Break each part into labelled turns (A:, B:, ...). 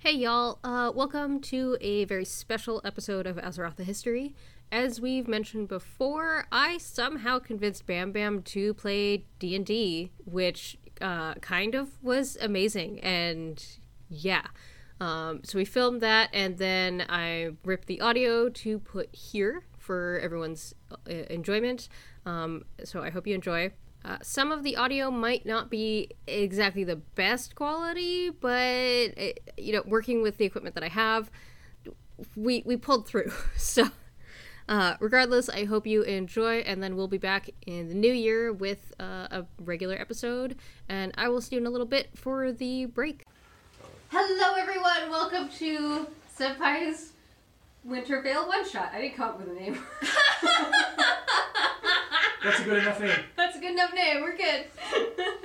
A: Hey, y'all. Uh, welcome to a very special episode of Azeroth the History. As we've mentioned before, I somehow convinced Bam Bam to play D&D, which uh, kind of was amazing. And yeah. Um, so we filmed that, and then I ripped the audio to put here for everyone's uh, enjoyment. Um, so I hope you enjoy. Uh, some of the audio might not be exactly the best quality, but it, you know, working with the equipment that I have, we we pulled through. So, uh, regardless, I hope you enjoy, and then we'll be back in the new year with uh, a regular episode. And I will see you in a little bit for the break. Hello, everyone. Welcome to Senpai's Winter Veil One Shot. I didn't come up with a name.
B: That's a good enough name.
A: That's a good enough name. We're good.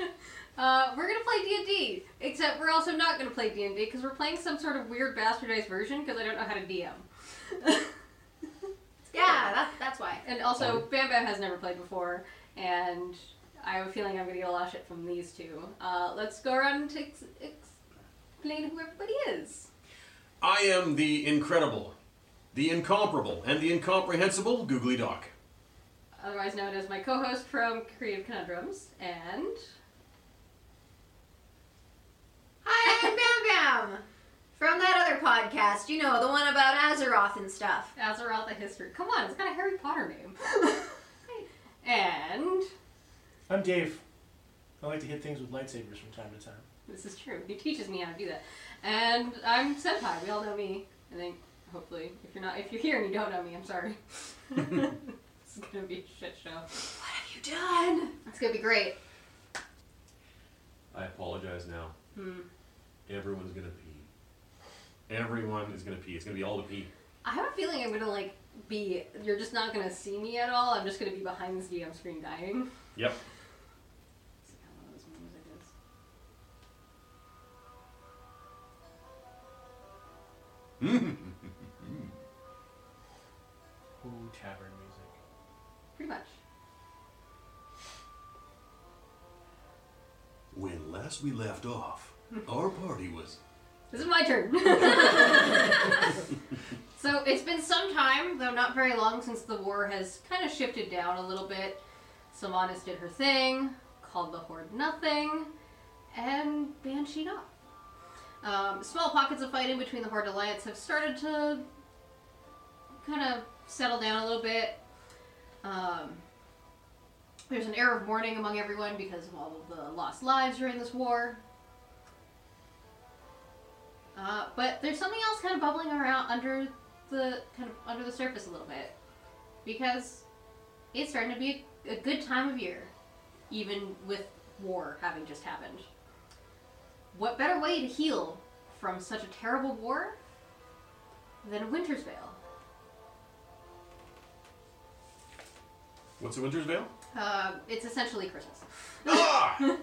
A: uh, we're gonna play D and D, except we're also not gonna play D and D because we're playing some sort of weird bastardized version because I don't know how to DM.
C: Yeah, that's that's why.
A: and also, Bam Bam has never played before, and I have a feeling I'm gonna get a lot of shit from these two. Uh, let's go around to ex- explain who everybody is.
D: I am the incredible, the incomparable, and the incomprehensible Googly Doc.
A: Otherwise known as my co-host from Creative Conundrums, and
C: Hi, I'm Bam Bam from that other podcast. You know the one about Azeroth and stuff.
A: Azeroth the History. Come on, it's got a Harry Potter name. and
B: I'm Dave. I like to hit things with lightsabers from time to time.
A: This is true. He teaches me how to do that. And I'm Senpai. We all know me. I think, hopefully. If you're not if you're here and you don't know me, I'm sorry. this is gonna be a shit show.
C: What have you done?
A: It's gonna be great.
D: I apologize now.
A: Hmm.
D: Everyone's gonna pee. Everyone is gonna pee. It's gonna be all the pee.
A: I have a feeling I'm gonna like be you're just not gonna see me at all. I'm just gonna be behind this DM screen dying.
D: Yep.
A: Let's see how loud this music is.
B: Ooh, tavern music.
A: Pretty much.
D: When last we left off, our party was.
A: This is my turn. so it's been some time, though not very long, since the war has kind of shifted down a little bit. Sylvanas did her thing, called the Horde nothing, and Banshee off. Um, small pockets of fighting between the Horde Alliance have started to kind of settle down a little bit. Um, there's an air of mourning among everyone because of all of the lost lives during this war. Uh, but there's something else kind of bubbling around under the kind of under the surface a little bit, because it's starting to be a, a good time of year, even with war having just happened. What better way to heal from such a terrible war than Winter's Veil?
D: What's a Winter's Veil?
A: Uh, it's essentially Christmas,
D: ah!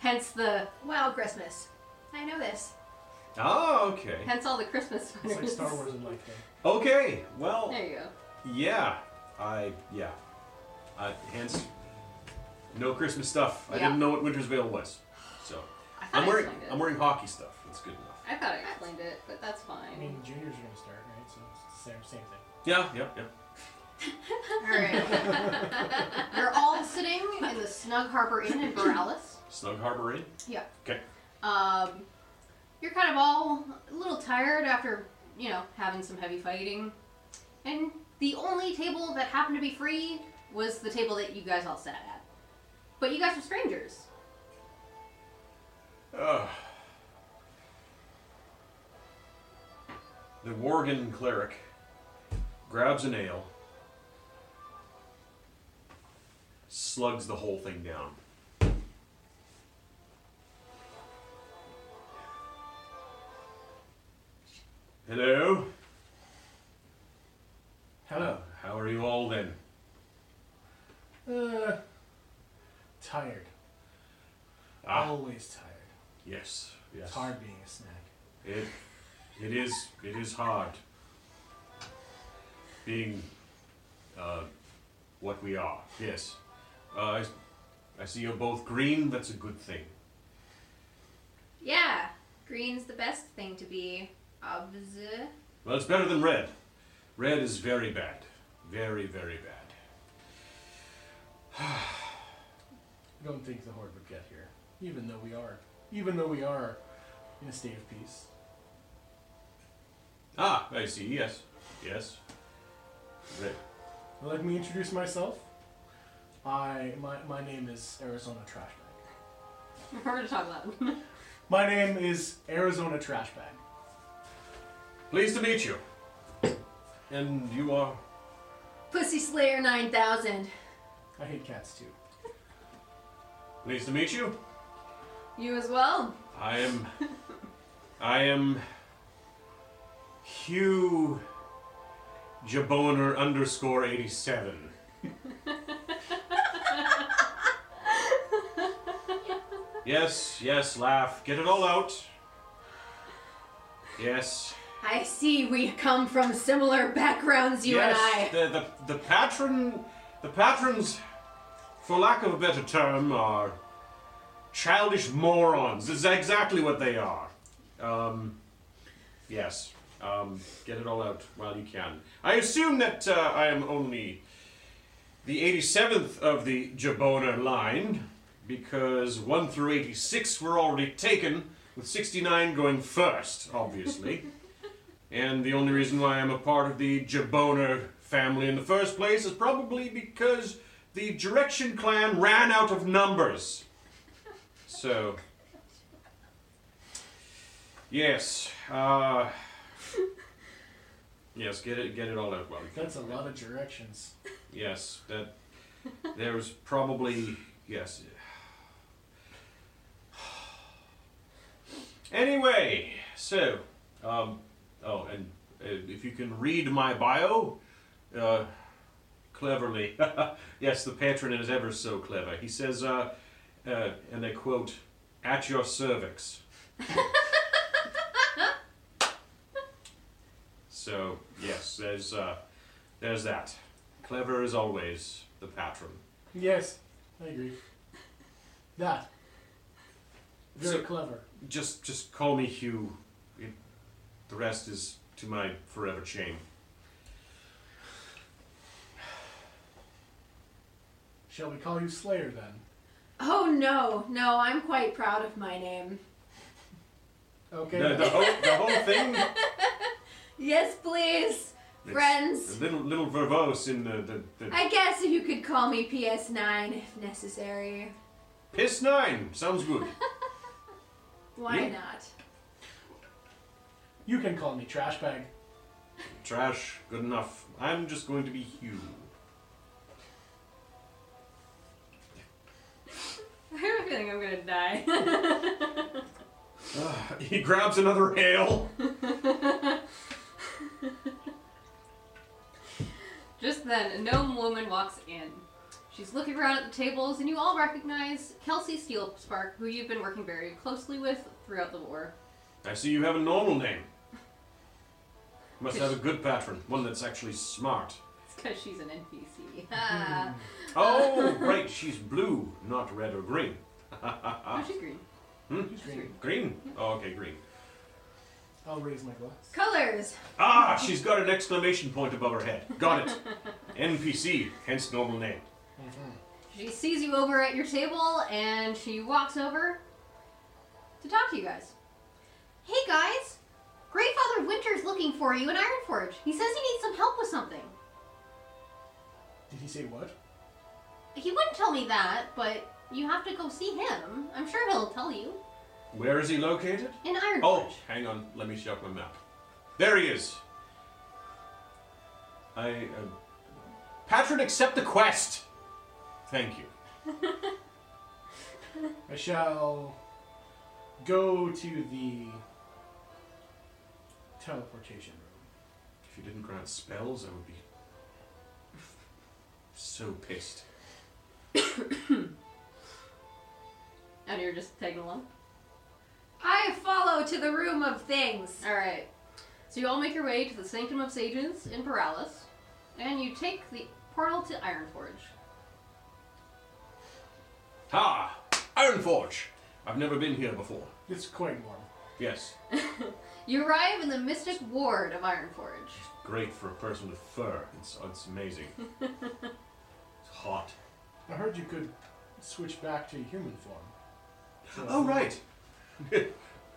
A: hence the
C: Well, Christmas. I know this.
D: Ah, okay.
A: hence all the Christmas
B: It's like
A: sweaters.
B: Star Wars and like that.
D: Okay, well,
A: There you go.
D: yeah. I, yeah. Uh, hence, no Christmas stuff. I
A: Yeah.
D: didn't know what Winter's Veil was. So,
A: I thought
D: I'm
A: I
D: wearing,
A: explained it.
D: I'm wearing hockey stuff. That's good enough.
A: I thought I explained it, but that's fine.
B: I mean, juniors are gonna start, right? So it's the same, same thing.
D: Yeah, yeah, yeah.
C: All right.
A: They're all sitting in the Snug Harbor Inn in Borealis.
D: Snug Harbor Inn.
A: Yeah.
D: Okay.
A: Um, you're kind of all a little tired after, you know, having some heavy fighting. And the only table that happened to be free was the table that you guys all sat at. But you guys were strangers.
D: Ugh. The Worgen cleric grabs a nail, slugs the whole thing down. Hello?
B: Hello.
D: How are you all then?
B: Uh, tired.
D: Ah,
B: Always tired.
D: yes, yes.
B: It's hard being a snack.
D: It, it is it is hard being uh, what we are. Yes, uh, I, I see you're both green. That's a good thing.
C: yeah.
E: Green's the best thing to be. Observe.
D: Well, it's better than red. Red is very bad. Very, very bad.
B: I don't think the Horde would get here. Even though we are. Even though we are in a state of peace.
D: Ah, I see. Yes. Yes. Red.
B: Let me introduce myself. I my, my name is Arizona Trash Bag.
E: We're gonna talk loud.
B: My name is Arizona Trash Bag.
D: Pleased to meet you. And you are.
E: Pussy Slayer 9000.
B: I hate cats too.
D: Pleased to meet you.
E: You as well?
D: I am. I am. Hugh Jaboner underscore 87. yes, yes, laugh. Get it all out. Yes.
E: I see we come from similar backgrounds, you
D: yes,
E: and I.
D: The, the, the patron. The patrons, for lack of a better term, are childish morons. This is exactly what they are. Um, yes. Um, get it all out while you can. I assume that uh, I am only the 87th of the Jabona line, because 1 through 86 were already taken, with 69 going first, obviously. And the only reason why I'm a part of the Jaboner family in the first place is probably because the Direction clan ran out of numbers. So. Yes. Uh, yes, get it, get it all out well.
B: That's a lot of directions.
D: Yes, that there's probably yes. Anyway, so um, oh, and uh, if you can read my bio, uh, cleverly, yes, the patron is ever so clever. He says, uh, uh, and I quote, "At your cervix." so yes, there's uh, there's that. Clever as always, the patron.
B: Yes, I agree. That. Very
D: So-
B: clever.
D: Just, just call me Hugh. It- the rest is to my forever shame.
B: Shall we call you Slayer then?
E: Oh no, no, I'm quite proud of my name.
B: Okay.
D: The, the, whole, the whole thing.
E: Yes, please.
D: it's
E: Friends.
D: A little, little verbose in the the, the
E: I guess you could call me PS9 if necessary.
D: piss nine. Sounds good.
E: Why
D: Yeah.
E: not?
B: you can call me Trash Bag.
D: Trash. Good enough. I'm just going to be Hugh.
E: I have a feeling I'm gonna die.
D: Ugh, Ah, he grabs another ale.
E: Just then, a gnome woman walks in. She's looking around at the tables, and you all recognize Kelsey Steel Spark, who you've been working very closely with throughout the war.
D: I see you have a normal name. Must have a good patron, one that's actually smart.
E: It's because she's an NPC. Ah.
D: Oh, right, she's blue, not red or green.
E: No, she's green.
B: He's
E: Sure.
B: green.
D: Green? Oh, okay, green.
B: I'll raise my glass.
E: Colors!
D: Ah, she's got an exclamation point above her head. Got it. NPC, hence normal name.
B: Mm-hmm.
E: She sees you over at your table, and she walks over to talk to you guys. Hey guys! Greyfather Winter's looking for you in Ironforge. He says he needs some help with something.
B: Did he say what?
E: He wouldn't tell me that, but you have to go see him. I'm sure he'll tell you.
D: Where is he located?
E: In Ironforge.
D: Oh, hang on. Let me check my map. There he is. I. Uh, patron, accept the quest. Thank you.
B: I shall go to the teleportation room.
D: If you didn't grant spells, I would be so pissed.
F: And you're just tagging along.
E: I follow to the room of things.
F: All right. So you all make your way to the Sanctum of Sages in Paralis, and you take the portal to Ironforge.
D: Ha! Ironforge. I've never been here before.
B: It's quite warm.
D: Yes.
E: You arrive in the Mystic Ward of Ironforge.
D: Great for a person with fur. It's, it's amazing. it's hot.
B: I heard you could switch back to human form. So-
D: Oh, right. ha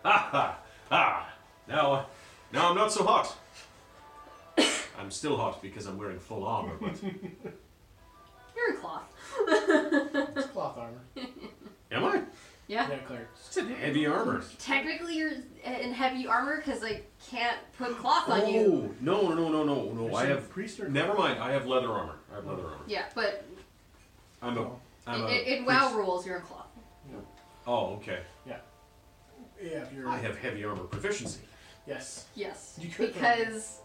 D: ha ha. Now, uh, now I'm not so hot. I'm still hot because I'm wearing full armor, but
E: You're a cloth.
B: It's cloth armor.
D: am I?
B: Yeah, Claire.
D: It's in heavy armor.
E: Technically, you're in heavy armor because I can't put cloth on you.
D: Oh no no no no no!
B: Is
D: I
B: she a
D: have
B: priest or-
D: never mind. I have leather armor. I have leather
B: Oh.
D: armor.
E: Yeah, but
D: I'm a. I'm
E: in,
D: a
E: in, in WoW
D: priest.
E: rules, you're in cloth.
D: Oh okay.
B: Yeah, if you're.
D: I have heavy armor proficiency.
B: Yes.
E: Yes,
B: You could-
E: because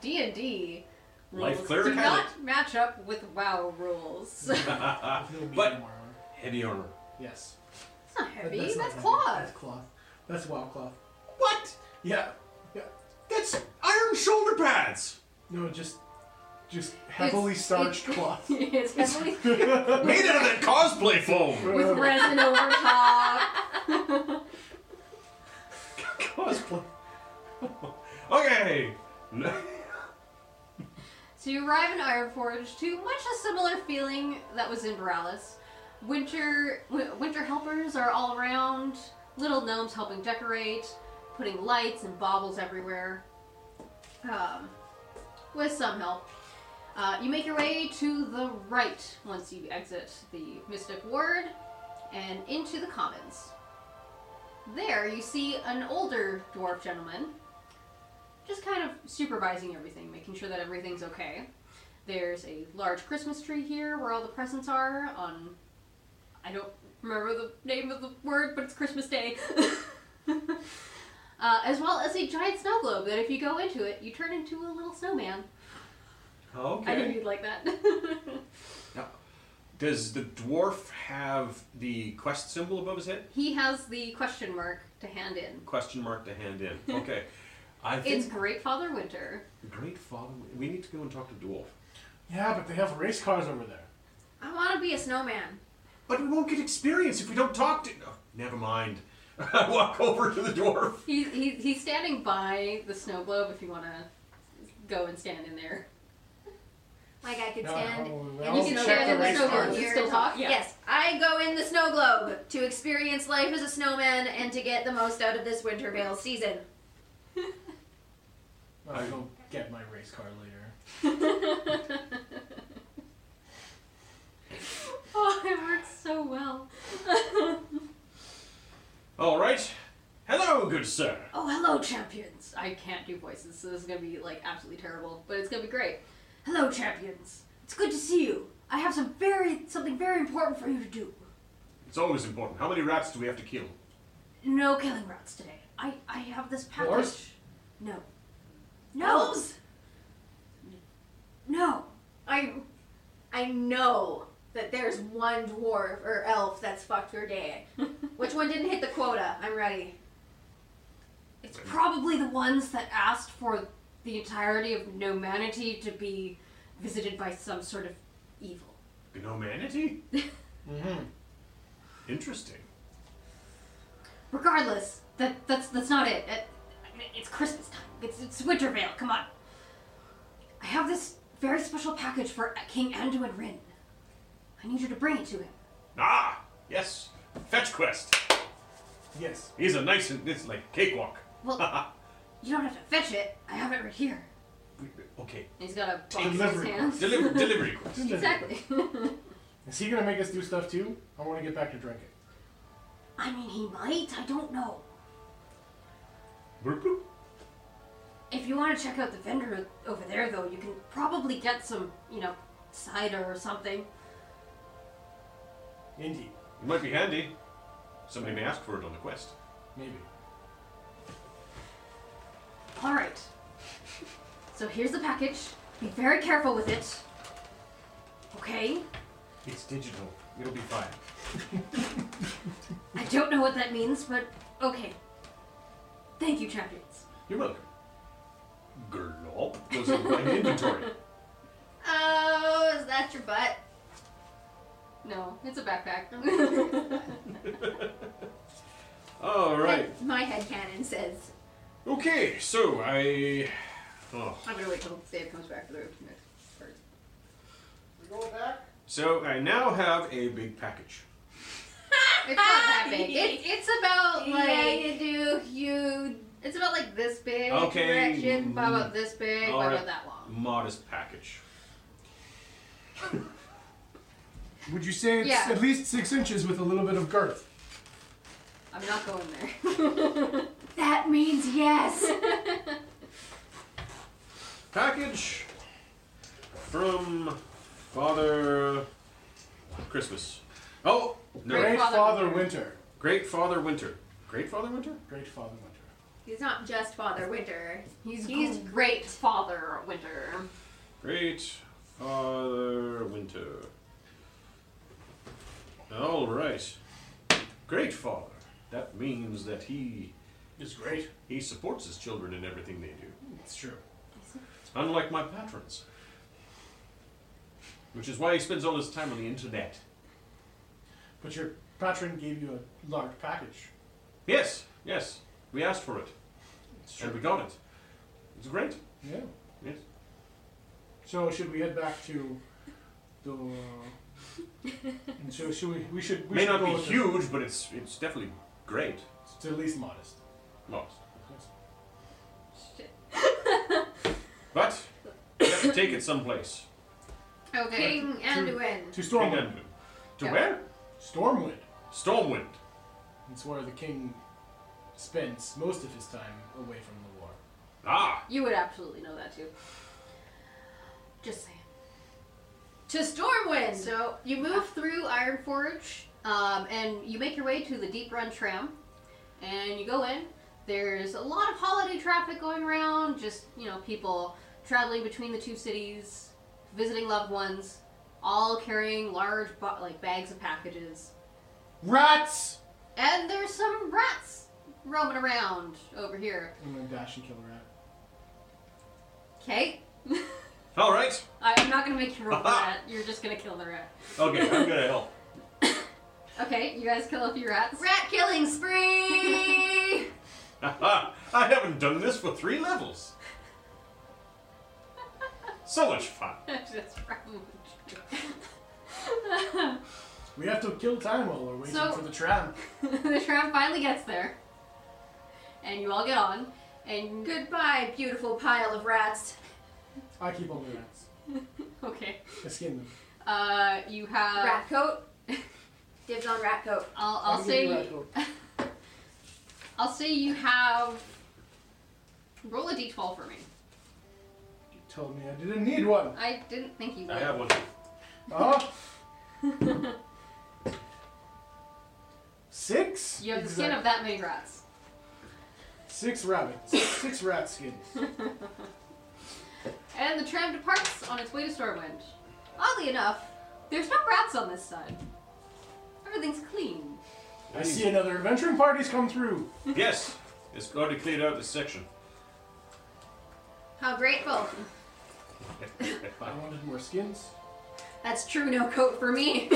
E: D and D
D: Life
E: rules
D: cleric
E: do
D: had
E: not match up with WoW rules. it's
B: If you'll be
D: But-
B: more armor.
D: Heavy armor.
B: Yes.
E: not heavy. That's,
B: not heavy. That's
E: cloth.
B: cloth. That's wild cloth.
D: What?
B: Yeah. Yeah.
D: That's iron shoulder pads.
B: No, just. Just heavily
E: It's-
B: starched cloth.
E: it's heavily
D: Made out of that cosplay foam.
E: with resin over top.
D: cosplay. okay. No-
E: So you arrive in Ironforge to much a similar feeling that was in Boralis. Winter w- winter helpers are all around. Little gnomes helping decorate, putting lights and baubles everywhere. Um, with some help, uh, you make your way to the right once you exit the Mystic Ward and into the Commons. There you see an older dwarf gentleman just kind of supervising everything, making sure that everything's okay. There's a large Christmas tree here where all the presents are on I don't remember the name of the word, but it's Christmas Day. uh, as well as a giant snow globe that if you go into it, you turn into a little snowman. I knew
D: Okay.
E: you'd like that.
D: Now, does the dwarf have the quest symbol above his head?
E: he has the question mark to hand in.
D: Question mark to hand in. Okay. I think
E: It's Great Father Winter.
D: great father. We need to go and talk to dwarf.
B: yeah, but they have race cars over there.
E: I want to be a snowman.
D: But we won't get experience if we don't talk to. Oh, never mind. I walk over to the dwarf.
E: He, he, he's standing by the snow globe if you want to go and stand in there.
C: Like I could
B: No,
C: stand.
B: I'll-
C: and
B: I'll
C: you can
B: check
C: stand
B: the
C: in the
B: race
C: snow
B: cars.
C: globe.
E: You
C: here.
E: still talk? Yeah.
C: Yes, I go in the snow globe to experience life as a snowman and to get the most out of this Wintervale season.
B: I'll go get my race car later.
E: Oh, it works so well.
D: All right. Hello, good sir.
E: Oh, hello, champions. I can't do voices, so this is gonna be like absolutely terrible, but it's gonna be great. Hello, champions. It's good to see you. I have some very something very important for you to do.
D: It's always important. How many rats do we have to kill?
E: No killing rats today. I I have this package.
B: Dwarfs?
E: No. No.
C: Elves?
E: No.
C: I, I know that there's one dwarf or elf that's fucked your day. Which one didn't hit the quota? I'm ready.
E: It's probably the ones that asked for the entirety of humanity to be visited by some sort of evil.
D: Gnomanity?
B: Mm-hmm.
D: Interesting.
E: Regardless, that that's that's not it. It- it's Christmas time. It's it's Wintervale. Come on. I have this very special package for King Anduin Rin. I need you to bring it to him.
D: Ah, yes. Fetch quest.
B: Yes.
D: He's a nice and it's like cakewalk.
E: Well, you don't have to fetch it. I have it right here.
D: Okay.
E: He's got a box
B: in his Delivery. hands.
D: Deliver, delivery quest.
E: Exactly.
B: Is he gonna make us do stuff too? I want to get back to drinking.
E: I mean, he might. I don't know.
D: Bloop, bloop.
E: If you want to check out the vendor over there, though, you can probably get some, you know, cider or something.
B: Indeed.
D: It might be handy. Somebody may ask for it on the quest.
B: Maybe.
E: All right. So here's the package. Be very careful with it. Okay.
D: It's digital. It'll be fine.
E: I don't know what that means, but okay. Thank you, champions.
D: You're welcome. Glop goes in my inventory.
C: Oh, is that your butt?
E: No, it's a backpack.
D: All right.
E: That- My head cannon says,
D: Okay, so I. Oh.
E: I'm gonna wait till Dave comes back for the next part.
B: We going back?
D: So I now have a big package.
E: It's not that big. It, it's about like
C: yeah, you do. You
E: it's about like this big.
D: Okay. mm.
E: direction, by about this big.
D: All
E: by
D: right.
E: about that long.
D: Modest package.
B: Would you say it's
E: Yeah.
B: at least six inches with a little bit of girth?
E: I'm not going
C: That means yes.
E: there.
D: Package from Father Christmas. Oh no!
B: Great
D: Great,
B: Father,
E: Father
B: Winter.
D: Father Winter. Great Father Winter.
B: Great Father Winter.
E: He's not just Father Winter.
C: He's
E: He's
C: gr-
E: great Father Winter.
D: Great Father Winter. All right. Great Father. That means that he
B: It's great.
D: he supports his children in everything they do.
B: It's true.
D: Unlike my patrons. Which is why he spends all his time on the internet.
B: But your patron gave you a large package.
D: Yes, yes. We asked for it.
B: It's
D: And we got it. It's great.
B: Yeah.
D: Yes.
B: So should we head back to the? uh, and so should we? We should. We
D: May
B: should
D: not
B: go
D: be
B: with the-
D: huge, but it's it's definitely great.
B: It's at least modest.
D: Lots.
B: Yes.
D: But we have to take it someplace.
E: Okay. King Anduin.
B: To
D: King
B: Stormwind.
D: Edmund. To
E: Yeah.
D: where?
B: Stormwind.
D: Stormwind.
B: It's where the king spends most of his time away from the war.
D: Ah.
E: You would absolutely know that too. Just saying. To Stormwind.
C: So
E: You move through Ironforge, um, and you make your way to the Deep Run tram, and you go in. There's a lot of holiday traffic going around, just you know, people traveling between the two cities, visiting loved ones, all carrying large bo- like bags of packages.
B: Rats!
E: And there's some rats roaming around over here.
B: I'm gonna dash and kill a rat.
E: Okay,
D: All right.
E: I'm not gonna make you roll the rat. You're just gonna kill the rat.
D: Okay, I'm gonna help.
E: Okay, you guys kill a few rats.
C: rat killing spree.
D: I haven't done this for three levels. So much fun.
E: That's probably true.
B: We have to kill time while we're waiting
E: So-
B: for the tram.
E: the tram finally gets there, and you all get on. And
C: Goodbye, beautiful pile of rats.
B: I keep all the rats.
E: okay,
B: I skin them.
E: uh, you have.
C: rat coat. Dibs on rat coat.
E: I'll, I'll
B: I'm gonna
E: say.
B: do rat coat.
E: I'll say you have. Roll a d12 for me.
B: You told me I didn't need one.
E: I didn't think you would.
D: I have one.
B: Oh, six?
E: you have the
B: Exact-
E: skin of that many rats.
B: Six rabbits. six rat skins.
E: And the tram departs on its way to Stormwind. Oddly enough, there's no rats on this side. Everything's clean.
B: I see another adventuring party's come through.
D: Yes, it's got to clear out this section.
C: How grateful.
B: I wanted more skins.
C: That's true. No coat for me.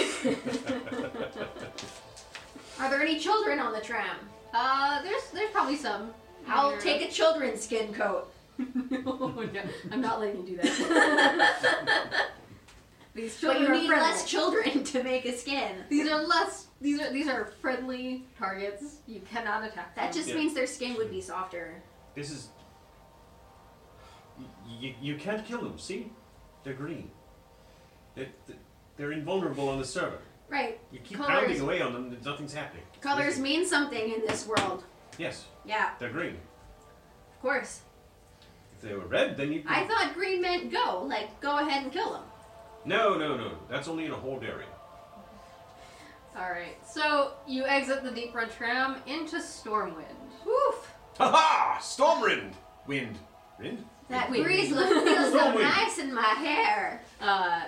C: Are there any children on the tram?
E: Uh, there's there's probably some.
C: I'll take a children's skin coat.
E: no, Oh, no, I'm not letting you do that. These
C: But
E: children
C: you
E: are
C: need
E: friendly.
C: less children to make a skin.
E: These are less. These are these are friendly targets. You cannot attack.
C: That
E: them.
C: just
D: Yeah.
C: means their skin would be softer.
D: This is. You, you can't kill them, see? They're green. They're, they're invulnerable on the server.
C: Right.
D: You keep
C: Colours.
D: pounding away on them, and nothing's happening.
C: Colors
D: Nothing.
C: mean something in this world.
D: Yes,
C: Yeah,
D: they're green.
C: of course.
D: If they were red, then you could.
C: I thought green meant go, like go ahead and kill them.
D: No, no, no. That's only in a hold area.
E: All right. So you exit the deep run tram into Stormwind.
C: Woof.
D: Ha ha! Stormwind! Wind. Wind?
C: That
E: Wait.
C: breeze look feels so
D: Don't wait.
C: nice in my hair.
E: Uh,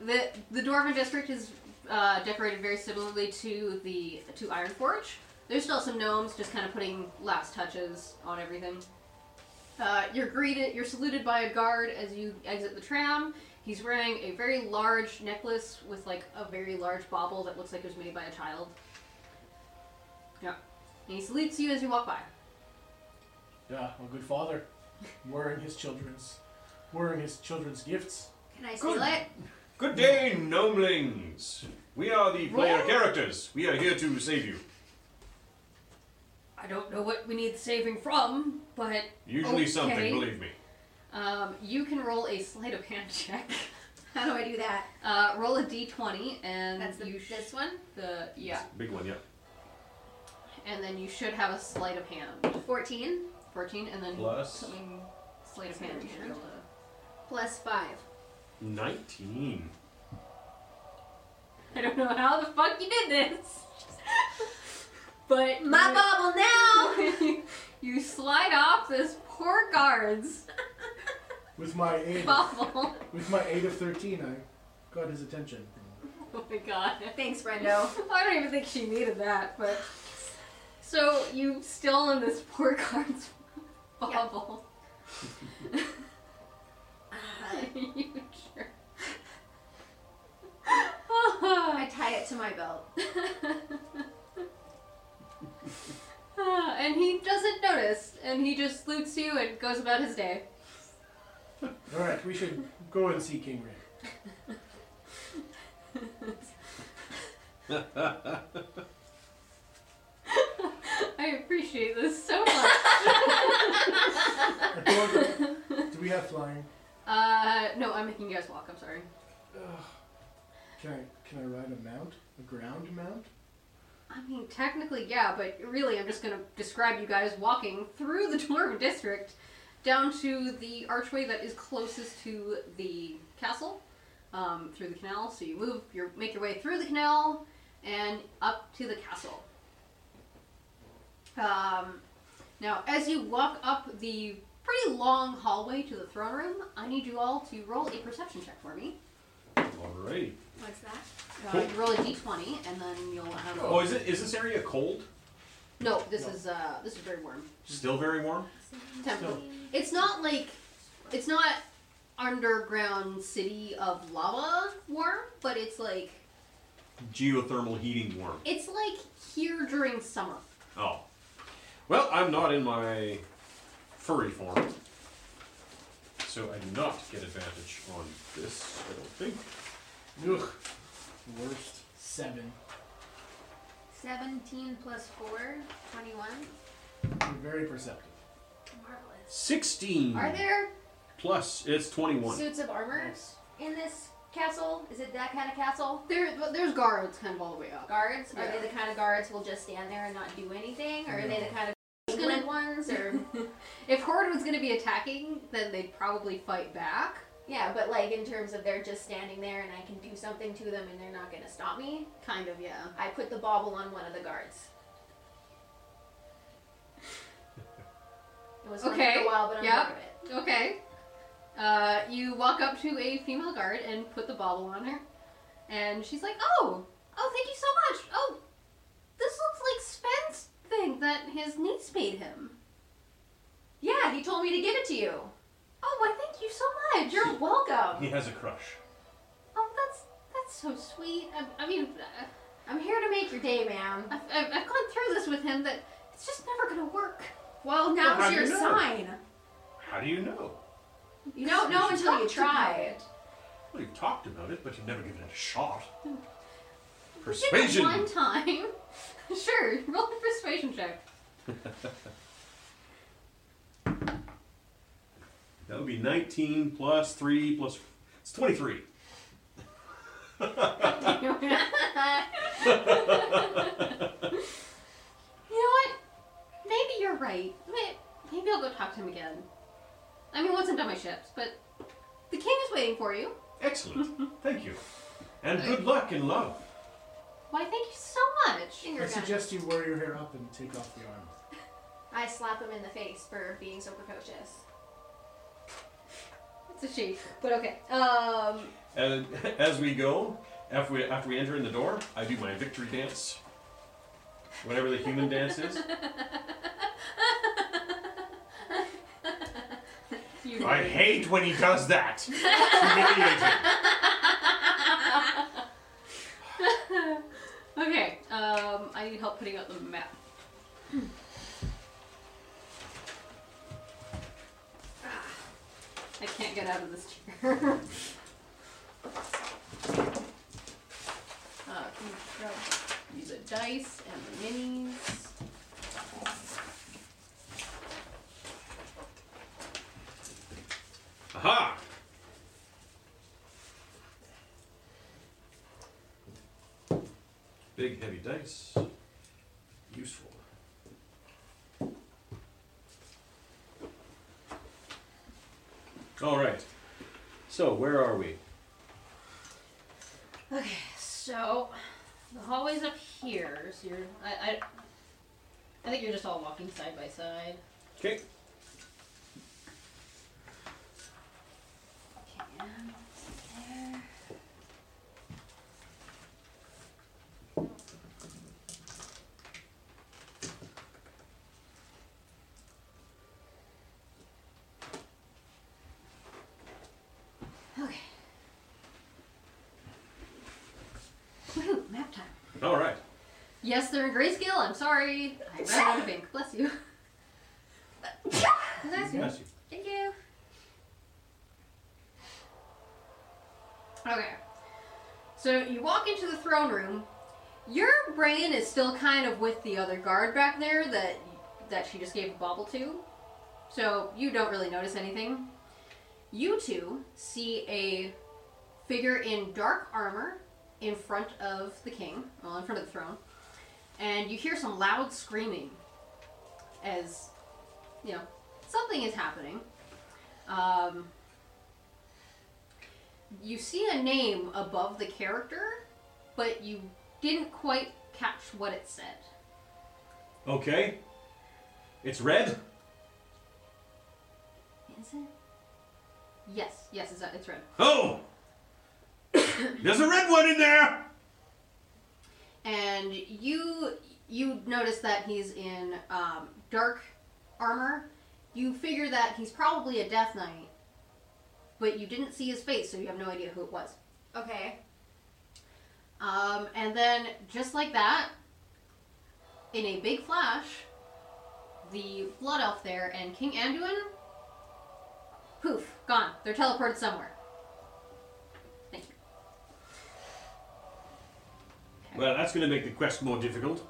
E: the the dwarven district is uh, decorated very similarly to the to Ironforge. There's still some gnomes just kind of putting last touches on everything. Uh, you're greeted, you're saluted by a guard as you exit the tram. He's wearing a very large necklace with like a very large bauble that looks like it was made by a child. Yeah. and he salutes you as you walk by.
B: Yeah, a good father, wearing his children's, wearing his children's gifts.
E: Can I
D: Good.
E: steal it?
D: Good day, gnomelings. We are the player characters. We are here to save you.
E: I don't know what we need saving from, but
D: Usually
E: Okay.
D: something, believe me.
E: um, you can roll a sleight of hand check.
C: How do I do that?
E: Uh, roll a d20, and
C: That's the,
E: you sh-
C: this one?
E: the yeah,
D: Big one, yeah.
E: and then you should have a sleight of hand.
C: 14
E: 14, and then
D: Plus
E: something sleight of hand. You should be able to.
C: plus 5.
D: 19.
E: I don't know how the fuck you did this, but
C: My bubble now!
E: you slide off this poor guard's
B: With my aid,
E: bubble.
B: with my aid of thirteen, I got his attention.
E: Oh my god.
C: Thanks, Brendo.
E: I don't even think she needed that, but. So you still in this poor card's bubble. you jerk.
C: Uh, I tie it to my belt.
E: and he doesn't notice, and he just salutes you and goes about his day.
B: All right, we should go and see King Ring.
E: I appreciate this so much.
B: Do we have flying?
E: uh, no, I'm making you guys walk, I'm sorry.
B: Can I can I ride a mount, a ground mount?
E: I mean, technically, yeah, but really, I'm just going to describe you guys walking through the Dwarven District down to the archway that is closest to the castle, um, through the canal. So you move, your make your way through the canal and up to the castle. Um, now, as you walk up the pretty long hallway to the throne room, I need you all to roll a perception check for me.
D: Alrighty.
C: What's that?
E: Uh, you roll a d20, and then you'll have.
D: Oh, is it? Is this area cold?
E: No, this is uh, this is very warm.
D: Still very warm.
E: Temple. It's not like it's not underground city of lava warm, but it's like
D: Geothermal heating warm.
E: it's like here during summer.
D: Oh. Well, I'm not in my furry form, so I do not get advantage on this. I don't think.
B: Ugh, worst seven.
C: 17 plus 4, 21.
B: You're very perceptive.
C: Marvelous.
D: Sixteen.
C: Are there
D: Plus, it's twenty-one.
C: suits of armor in this castle? Is it that kind of castle?
E: There, but there's guards kind of all the way up.
C: Guards? Are
E: Yeah.
C: they the kind of guards who'll just stand there and not do anything? Or are they the kind of
E: It's gonna-
C: England ones? Or
E: If Horde was going to be attacking, then they'd probably fight back.
C: yeah, but like in terms of they're just standing there and I can do something to them and they're not gonna stop me.
E: Kind of, yeah.
C: I put the bauble on one of the guards. It was okay.
E: Okay,
C: for a while, but I'm
E: yep.
C: out of it.
E: Okay. Uh, you walk up to a female guard and put the bauble on her, and she's like, "Oh, oh, thank you so much. Oh, this looks like Sven's thing that his niece made him.
C: Yeah, he told me to give it to you.
E: Oh, well, thank you so much. You're
C: You're welcome.
D: He has a crush.
E: oh, that's that's so sweet. I, I mean, uh,
C: I'm here to make your day, ma'am.
E: I've, I've I've gone through this with him that it's just never gonna work.
C: Well, now's
D: Well, how
C: your
D: do you know?
C: sign.
D: How do you know?
C: You don't know until you try.
D: Well, you've talked about it, but you've never given it a shot.
E: Give it
D: Persuasion.
E: One time. sure. Roll the persuasion check.
D: That would be 19 plus 3 plus. It's 23.
E: you know what? Maybe you're right. May- Maybe I'll go talk to him again. I mean, once I'm done my shifts, but the king is waiting for you.
D: Excellent. Thank you. And good luck in love.
E: Why, thank you so much.
C: Finger
B: I
C: gun.
B: suggest you wear your hair up and take off the armor.
C: I slap him in the face for being so precocious.
E: It's a she, but okay. Um,
D: And as we go, after we, after we enter in the door, I do my victory dance. Whatever the human dance is.
E: you.
D: I hate when he does that. Humiliating.
E: Okay. Um, I need help putting out the map. I can't get out of this chair. uh, can Uh, you grab, use a dice and the minis?
D: Aha! Big heavy dice. Useful. Alright. So, where are we?
E: Okay, so the hallway's up here, so you're. I, I, I think you're just all walking side by side.
D: Okay.
E: Okay. Woohoo, map time.
D: Alright.
E: Yes, they're in grayscale. I'm sorry. I ran out of ink. Bless you. Bless you.
D: Bless you.
E: Thank you. Okay. So you walk into the throne room. Your brain is still kind of with the other guard back there that that she just gave a bobble to. So you don't really notice anything. You two see a figure in dark armor in front of the king, well, in front of the throne, and you hear some loud screaming as, you know, something is happening. Um, you see a name above the character, but you didn't quite catch what it said.
D: Okay. It's red?
E: Is it? Yes, yes, it's, it's red.
D: Oh! There's a red one in there!
E: and you you notice that he's in um, dark armor. You figure that he's probably a Death Knight, but you didn't see his face, so you have no idea who it was.
C: Okay.
E: Um, and then just like that, in a big flash, the blood elf there and King Anduin, poof, gone. They're teleported somewhere. Thank you.
D: Well, that's gonna make the quest more difficult.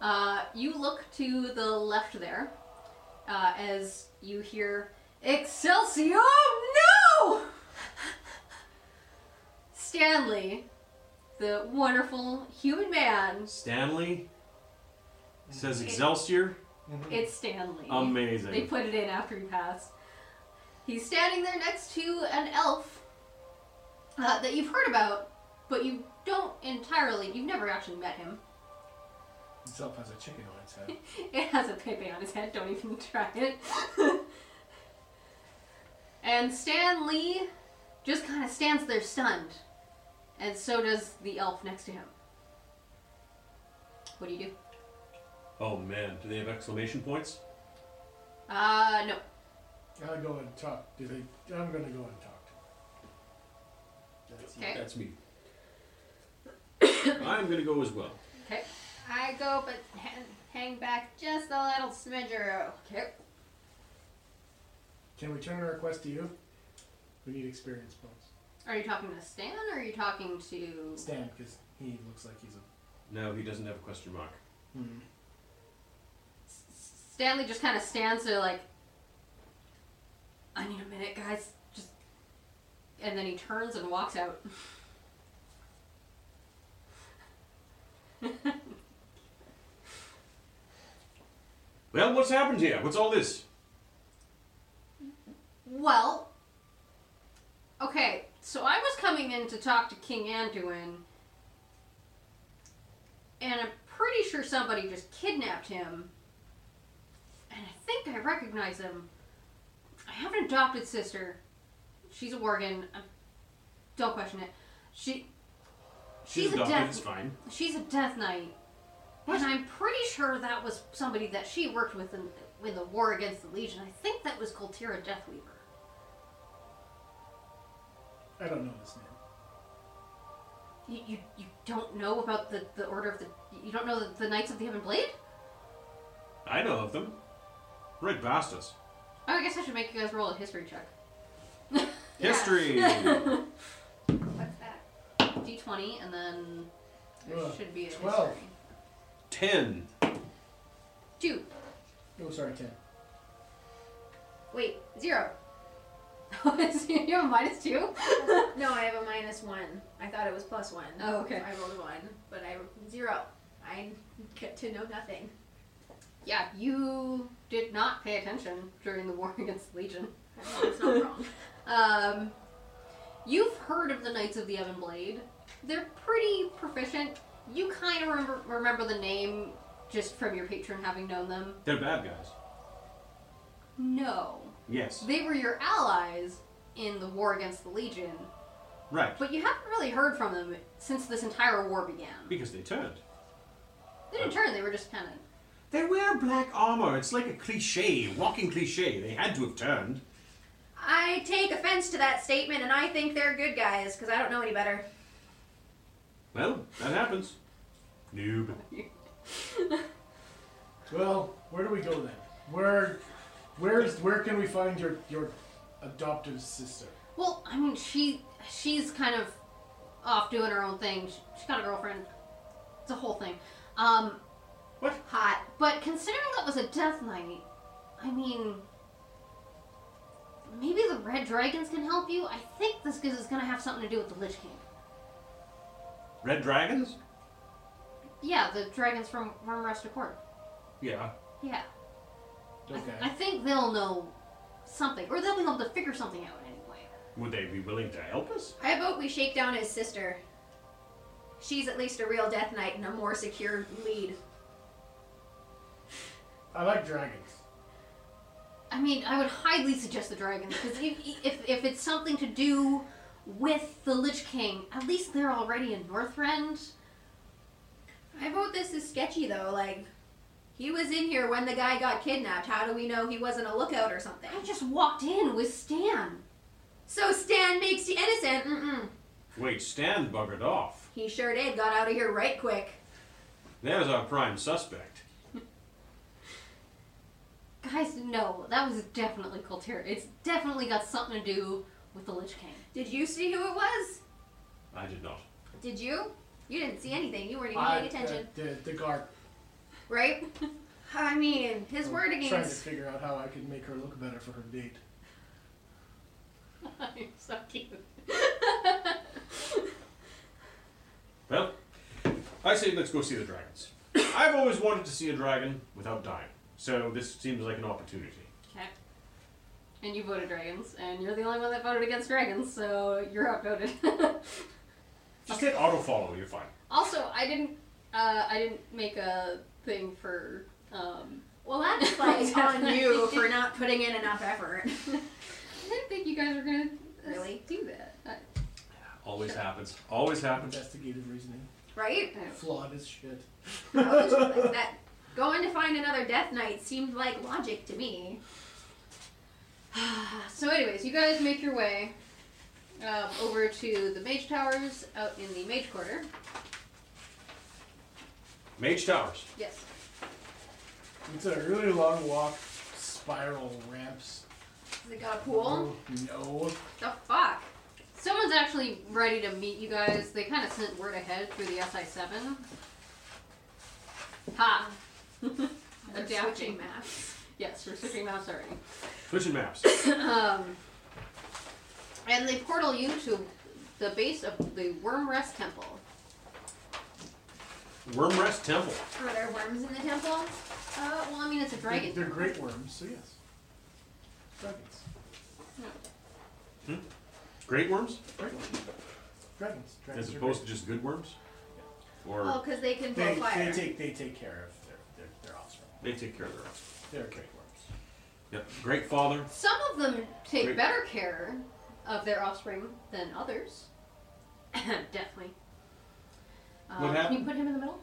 E: Uh, you look to the left there uh, as you hear Excelsior no! Stanley, the wonderful human man,
D: Stanley says Excelsior.
E: it's Stanley.
D: Um,
E: They
D: Amazing.
E: put it in after he passed. He's standing there next to an elf uh, that you've heard about, but you don't entirely, you've never actually met him.
B: Itself has a chicken on its head.
E: It has a pepe on his head, don't even try it. and Stan Lee just kind of stands there stunned. And so does the elf next to him. What do you do?
D: Oh man, do they have exclamation points?
E: Uh, no.
B: I'll go and talk. Do they? I'm gonna go and talk to. Them. That's
E: Okay.
D: That's me. I'm gonna go as well.
E: Okay.
C: I go, but hang, hang back just a little smidger.
E: Okay.
B: Can we turn our request to you? We need experience points.
E: Are you talking to Stan or are you talking to.
B: Stan, because he looks like he's a.
D: No, he doesn't have a question mark.
E: Stanley just kind of stands there like, I need a minute, guys. Just. And then he turns and walks out.
D: Well, what's happened here? What's all this?
E: Well, okay, so I was coming in to talk to King Anduin, and I'm pretty sure somebody just kidnapped him, and I think I recognize him. I have an adopted sister. She's a Worgen. i don't question it. She.
D: She's,
E: She's a
D: adopted,
E: deaf-
D: it's fine.
E: She's a Death Knight, and I'm pretty sure that was somebody that she worked with in, in the war against the Legion. I think that was Coltira Deathweaver.
B: I don't know this name.
E: You, you, you don't know about the, the Order of the. You don't know the, the Knights of the Heaven Blade?
D: I know of them. Red bastards.
E: Oh, I guess I should make you guys roll a history check.
D: History.
C: What's that?
E: D20, and then there
B: Ugh,
E: should be a
B: 12.
E: history.
D: Ten.
E: Two.
B: Oh, sorry, ten.
C: Wait, zero.
E: Oh, you have a minus two?
C: No, I have a minus one. I thought it was plus one.
E: Oh, okay.
C: I rolled a one, but I zero. I get to know nothing.
E: yeah, you did not pay attention during the war against the Legion.
C: It's not wrong.
E: Um, you've heard of the Knights of the Ebon Blade. They're pretty proficient. You kind of remember, remember the name just from your patron having known them.
D: They're bad guys.
E: No.
D: Yes.
E: They were your allies in the war against the Legion,
D: Right.
E: but you haven't really heard from them since this entire war began.
D: Because they turned.
E: They didn't turn, they were just kind of
D: They wear black armor. It's like a cliche, walking cliche. They had to have turned.
C: I take offense to that statement, and I think they're good guys because I don't know any better.
D: Well, that happens. Noob.
B: Well, where do we go then? Where, where's where can we find your your adoptive sister?
E: Well, I mean, she she's kind of off doing her own thing. She, she's got a girlfriend. It's a whole thing. Um,
D: What?
E: Hot. But considering that was a death knight, I mean, maybe the red dragons can help you. I think this is going to have something to do with the Lich King.
D: Red dragons?
E: Yeah, the dragons from from Rusted Court.
D: Yeah.
E: Yeah,
B: Okay.
E: I think they'll know something, or they'll be able to figure something out anyway.
D: Would they be willing to help us?
C: I vote we shake down his sister. She's at least a real Death Knight and a more secure lead.
B: I like dragons.
E: I mean, I would highly suggest the dragons because if, if if it's something to do with the Lich King, at least they're already in Northrend.
C: I vote this is sketchy though. Like, he was in here when the guy got kidnapped. How do we know he wasn't a lookout or something?
E: I just walked in with Stan.
C: So Stan makes you innocent. Mm-mm.
D: Wait, Stan buggered off.
C: He sure did. Got out of here right quick.
D: There's our prime suspect.
E: Guys, no, that was definitely Colter. It's definitely got something to do with the Lich King.
C: Did you see who it was?
D: I did not.
C: Did you? You didn't see anything. You weren't even
B: I,
C: paying attention,
B: uh, the, the guard.
C: right? I mean, his
B: I'm
C: word
B: Trying to
C: against.
B: figure out how I could make her look better for her date.
E: You're so cute.
D: Well, I say let's go see the dragons. I've always wanted to see a dragon without dying, so this seems like an opportunity.
E: Okay. And you voted dragons, and you're the only one that voted against dragons, so you're outvoted.
D: Just hit auto follow, you're fine.
E: also, I didn't, uh, I didn't make a thing for. Um,
C: Well, that's like on you for not putting in enough effort.
E: I didn't think you guys were gonna uh,
C: Really?
E: do that. Uh, I,
D: Always happens. Always happens.
B: Investigative reasoning.
C: Right?
E: I don't-
B: Flawed as shit. Oh.
C: That was just- that- going to find another Death Knight seemed like logic to me.
E: so, anyways, you guys make your way um, over to the mage towers out in the mage quarter.
D: Mage Towers.
E: Yes.
B: It's a really long walk. Spiral ramps. Oh,
C: They got a pool?
B: No.
C: The fuck?
E: Someone's actually ready to meet you guys. They kind of sent word ahead through the SI seven. Ha!
C: They're
E: Adapting.
C: switching maps.
E: Yes, we're switching mounts already.
D: Switching maps.
E: Um, and they portal you to the base of the Worm Rest Temple.
D: Worm Rest Temple.
C: Are there worms in the temple?
E: Uh, well, I mean, it's a
B: They're,
E: dragon.
B: they're great worms, so yes. Dragons.
D: Great worms?
B: Great worms. Dragons. Dragons.
D: As
B: are
D: opposed to
B: great.
D: just good worms? Or
C: Oh, because they can blow
B: They,
C: fire.
B: they take they take care of their their, their offspring.
D: they take care of their offspring.
B: They're great worms.
D: Yep. Great father.
E: Some of them take
D: Great.
E: better care of their offspring than others. Definitely. Um,
D: What
E: Can you
D: happened?
E: put him in the middle?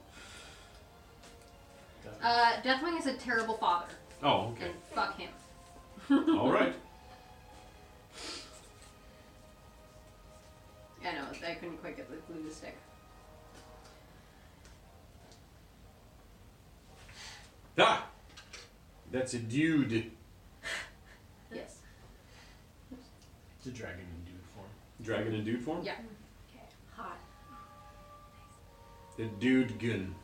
B: Done.
E: Uh, Deathwing is a terrible father,
D: Oh, okay.
E: and fuck him.
D: All right.
E: I know, I couldn't quite get the glue to stick.
D: Ah! That's a dude.
B: It's a dragon in dude form.
D: Dragon in dude form?
E: Yeah.
C: Hot.
D: The dude gun.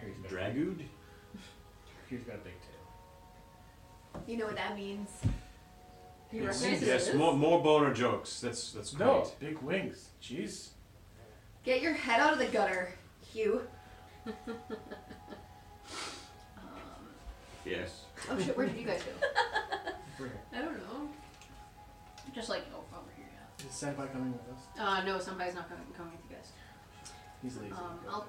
B: Here's got,
D: Dragood?
B: here's got a big tail.
C: You know what that means.
E: You
D: Yes,
E: recognize
D: yes,
E: this?
D: more, more boner jokes. That's that's great.
B: No, big wings. Jeez.
C: Get your head out of the gutter, Hugh.
D: Yes.
C: Oh shit, where did you guys go?
B: Bring it.
E: I don't know. Just like oh, over here. yeah.
B: Is Senpai coming with us?
E: Uh, no, somebody's not coming, coming with you guys.
B: He's lazy.
E: Um, I'll-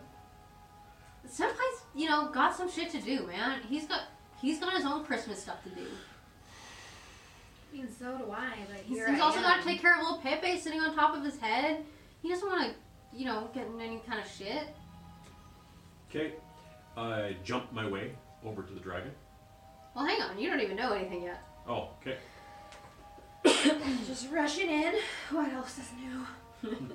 E: Senpai's, you know, got some shit to do, man. He's got he's got his own Christmas stuff to do.
C: I mean, so do I, but
E: He's,
C: here
E: he's
C: I
E: also
C: am.
E: got to take care of little Pepe sitting on top of his head. He doesn't want to, you know, get in any kind of shit.
D: Okay. I jump my way over to the dragon.
E: Well, hang on, you don't even know anything yet.
D: Oh, okay.
C: Just rushing in. What else is new?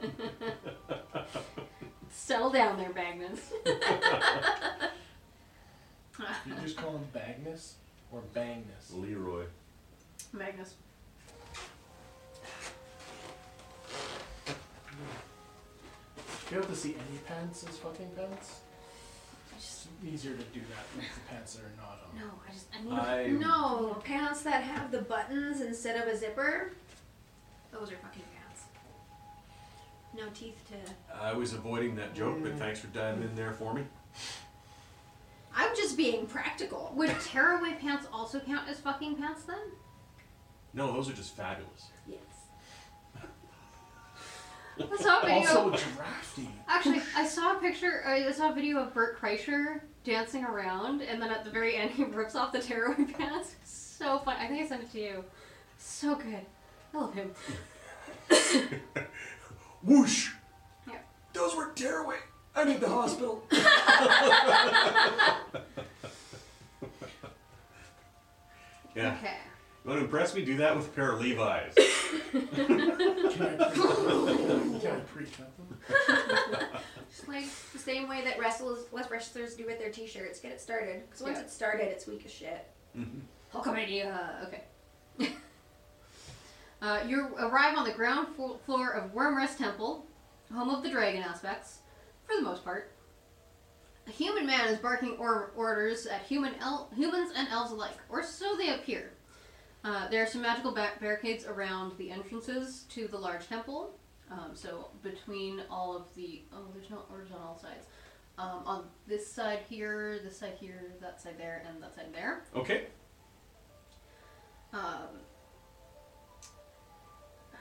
E: Settle down there, Magnus.
B: you just call him Bagnus or Bangnus?
D: Leroy.
E: Magnus.
B: You able to see any pants as fucking pants? It's easier to do that with the pants that are not on.
E: No, I just I need.
D: I
C: No, pants that have the buttons instead of a zipper. Those are fucking pants. No teeth to.
D: I was avoiding that joke, but thanks for diving in there for me.
C: I'm just being practical.
E: Would tearaway pants also count as fucking pants then?
D: No, those are just fabulous.
E: Yes. I saw a video.
B: Also drafty.
E: actually, I saw a picture. I saw a video of Bert Kreischer dancing around, and then at the very end, he rips off the tearaway pants. So fun. I think I sent it to you. So good. I love him.
D: Whoosh!
E: Yeah.
D: Those were tearaway. I need the hospital. yeah.
E: Okay.
D: You want to impress me? Do that with a pair of Levi's.
B: Can I pre- can I pre-cut them?
C: Just like the same way that wrestlers, less wrestlers do with their t-shirts. Get it started. Because once
E: Yeah.
C: it's started, it's weak as shit.
E: Hulk idea. Okay. uh, you arrive on the ground fo- floor of Wormrest Temple, home of the dragon aspects, for the most part. A human man is barking or- orders at human el- humans and elves alike, or so they appear. Uh, there are some magical ba- barricades around the entrances to the large temple. Um, so between all of the oh, there's no orders on all sides. Um, on this side here, this side here, that side there, and that side there.
D: Okay.
E: Um, uh,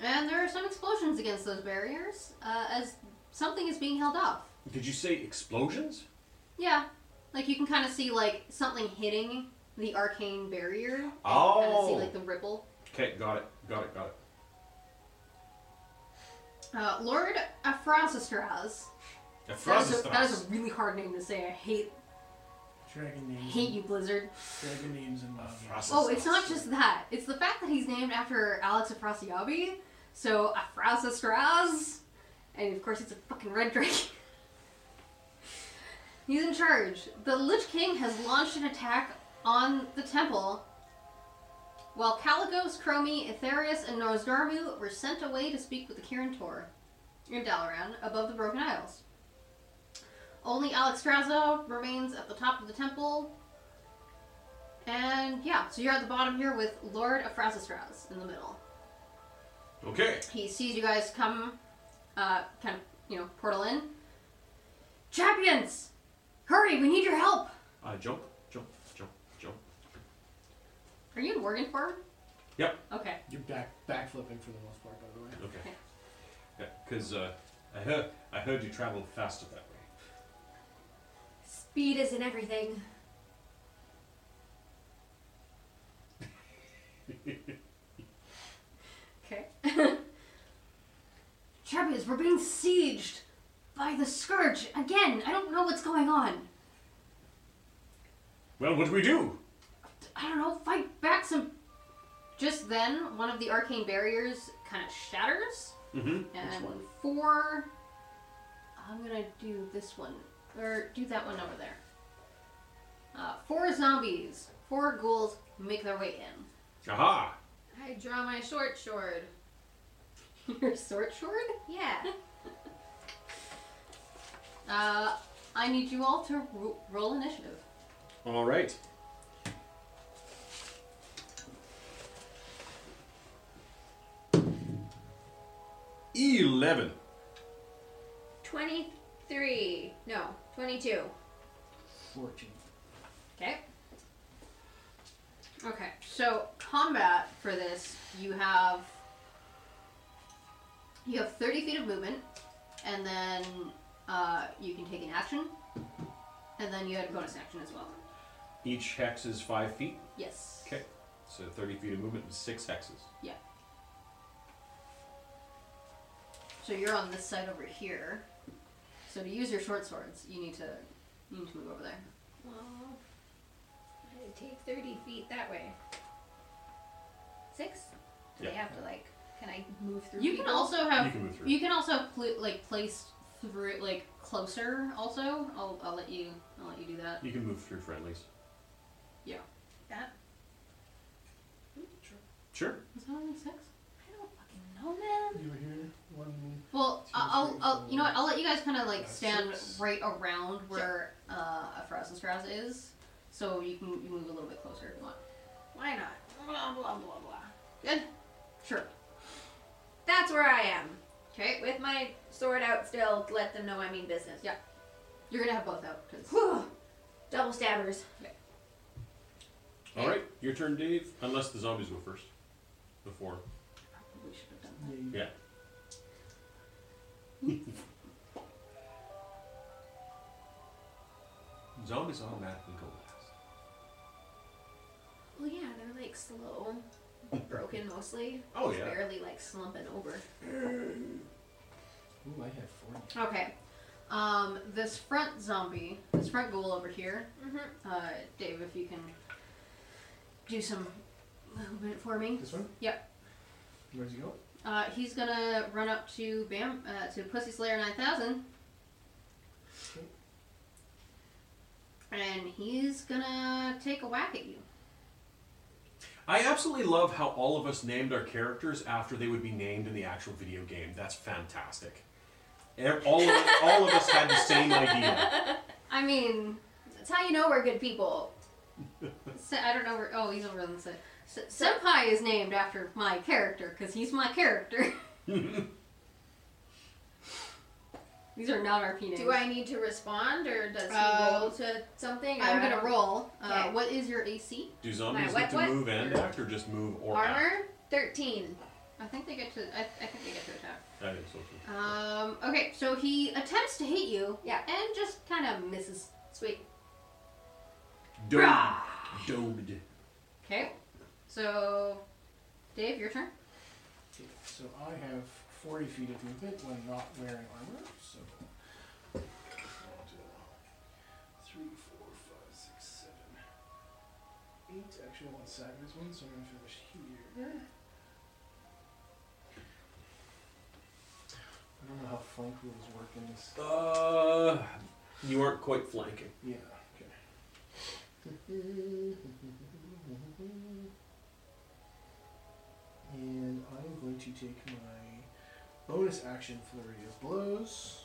E: and there are some explosions against those barriers uh, as something is being held off.
D: Did you say explosions?
E: Yeah, like you can kind of see like something hitting the arcane barrier. Kind of see
D: Oh.
E: like the ripple.
D: Okay, got it. Got it. Got it.
E: Uh, Lord Afrasistraz.
D: The
E: That is, a,
D: Frostastras.
E: that is a really hard name to say. I hate
B: Dragon names.
E: hate you, Blizzard.
B: Dragon names and wild games.
D: Frostastras.
E: Oh, it's not just that. It's the fact that he's named after Alex Afrasiabi. So Afrasistraz, and of course it's a fucking red dragon. he's in charge. The Lich King has launched an attack on the temple. While Caligos, Chromie, Etherius, and Nosdarmu were sent away to speak with the Kirin Tor in Dalaran above the Broken Isles. Only Alexstrasza remains at the top of the temple, and yeah, so you're at the bottom here with Lord of Frasistras in the middle.
D: Okay.
E: He sees you guys come, uh, kind of, you know, portal in. Champions! Hurry, we need your help!
D: I Uh, jump, jump, jump, jump.
E: Are you in Morgan form?
D: Yep.
E: Okay.
B: You're back backflipping for the most part, by the way.
D: Okay. Yeah, because uh, I heard I heard you travel faster that way.
C: Speed isn't everything.
E: Okay. Champions, we're being sieged by the Scourge again! I don't know what's going on.
D: Well, what do we do?
E: I don't know, fight back some. Just then, one of the arcane barriers kind of shatters.
D: Mm-hmm.
E: And
B: one?
E: four. I'm gonna do this one or do that one over there. Uh, four zombies, four ghouls make their way in.
D: Aha!
C: I draw my short sword.
E: Your sword sword?
C: Yeah. uh,
E: I need you all to ro- roll initiative.
D: All right. Eleven.
C: 23. No, 22.
B: 14.
C: Okay. Okay, so combat for this, you have
E: You have 30 feet of movement, and then uh, you can take an action, and then you had a bonus action as well.
D: Each hex is five feet.
E: Yes.
D: Okay. So thirty feet of movement and six hexes.
E: So you're on this side over here. So to use your short swords, you need to you need to move over there.
C: Well, I take 30 feet that way. Six? Do
D: Yeah.
C: I have to, like, can I move through?
E: You can
C: people?
E: also have
D: You can move through.
E: you can also have pl- like place through like closer. Also, I'll, I'll let you I'll let you do that.
D: You can move through friendlies.
C: That?
D: Sure.
E: Is that only six?
C: I don't fucking know, man.
B: You were here when.
E: Well,
B: Two,
E: I- I'll,
B: three,
E: I'll you know what? I'll let you guys kind of like
B: That's
E: stand
B: six.
E: right around where uh, a Frozen Strauss is, so you can you move a little bit closer if you want.
C: Why not? Blah, blah, blah, blah.
E: Good. Sure.
C: That's where I am.
E: Okay.
C: With my sword out still to let them know I mean business.
E: Yeah. You're gonna have both out because
C: Whew. Double stabbers.
D: All right. Your turn, Dave. Unless the zombies go first. Before.
E: we should have done
B: Yeah, you-
D: Yeah. Zombies automatically go last.
C: Well, yeah, they're like slow, broken mostly.
D: Oh,
C: Just
D: yeah.
C: Barely like slumping over.
B: Ooh, I had 40.
E: Okay. Um, this front zombie, this front ghoul over here,
C: Mm-hmm.
E: uh, Dave, if you can do some movement for me.
B: This one?
E: Yep.
B: Where's he go?
E: Uh, he's gonna run up to Bam, uh, to Pussy Slayer 9000,
B: Okay.
E: and he's gonna take a whack at you.
D: I absolutely love how all of us named our characters after they would be named in the actual video game. That's fantastic. Ev- All of, all of us had the same idea.
E: I mean,
C: That's how you know we're good people.
E: se- I don't know where. Oh, he's over on the side. Se- Senpai is named after my character because he's my character. These are not our names.
C: Do I need to respond or does he
E: Uh,
C: roll to something? or
E: I'm
C: I
E: gonna
C: don't-
E: roll. Uh,
C: Okay.
E: what is your AC?
D: Do zombies
C: My
D: get to
C: what- what?
D: move and act or just move or act?
C: Armor? 13.
E: I think they get to. I, I think they get to attack.
D: I think so too.
C: Uh,
E: Um. Okay. So he attempts to hit you.
C: Yeah.
E: And just kind of misses.
C: Sweet.
D: Dobed. Dobed.
E: Okay. So, Dave, your turn.
B: Okay, So I have 40 feet of movement when not wearing armor. So. One, two, Three, four, five, six, seven, eight. Actually, I want Sagar's one, so I'm going to finish here. I don't know how flank rules work in this.
D: Uh, you aren't quite flanking.
B: Yeah, okay. And I'm going to take my bonus action flurry of blows.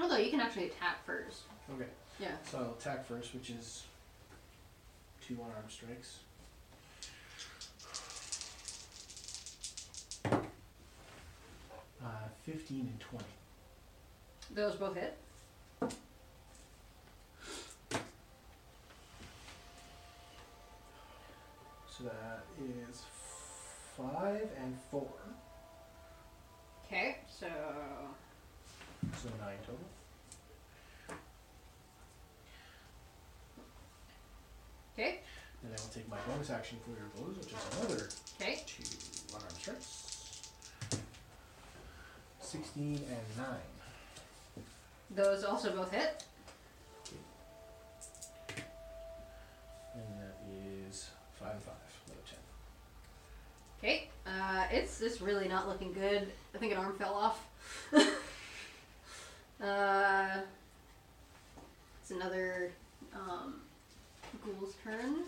E: Although you can actually attack first.
B: Okay.
E: Yeah.
B: So I'll attack first, which is two one-arm strikes. Uh, 15 and 20.
E: Those both hit.
B: So that is 5 and 4.
E: Okay. So.
B: So 9 total.
E: Okay.
B: And I will take my bonus action for your blows, which is another
E: Okay.
B: two one arm strikes. 16 and 9.
E: Those also both hit.
B: And that is 5 and 5. Another 10.
E: Okay. Uh, it's it's really not looking good. I think an arm fell off. uh, it's another um, ghoul's turn.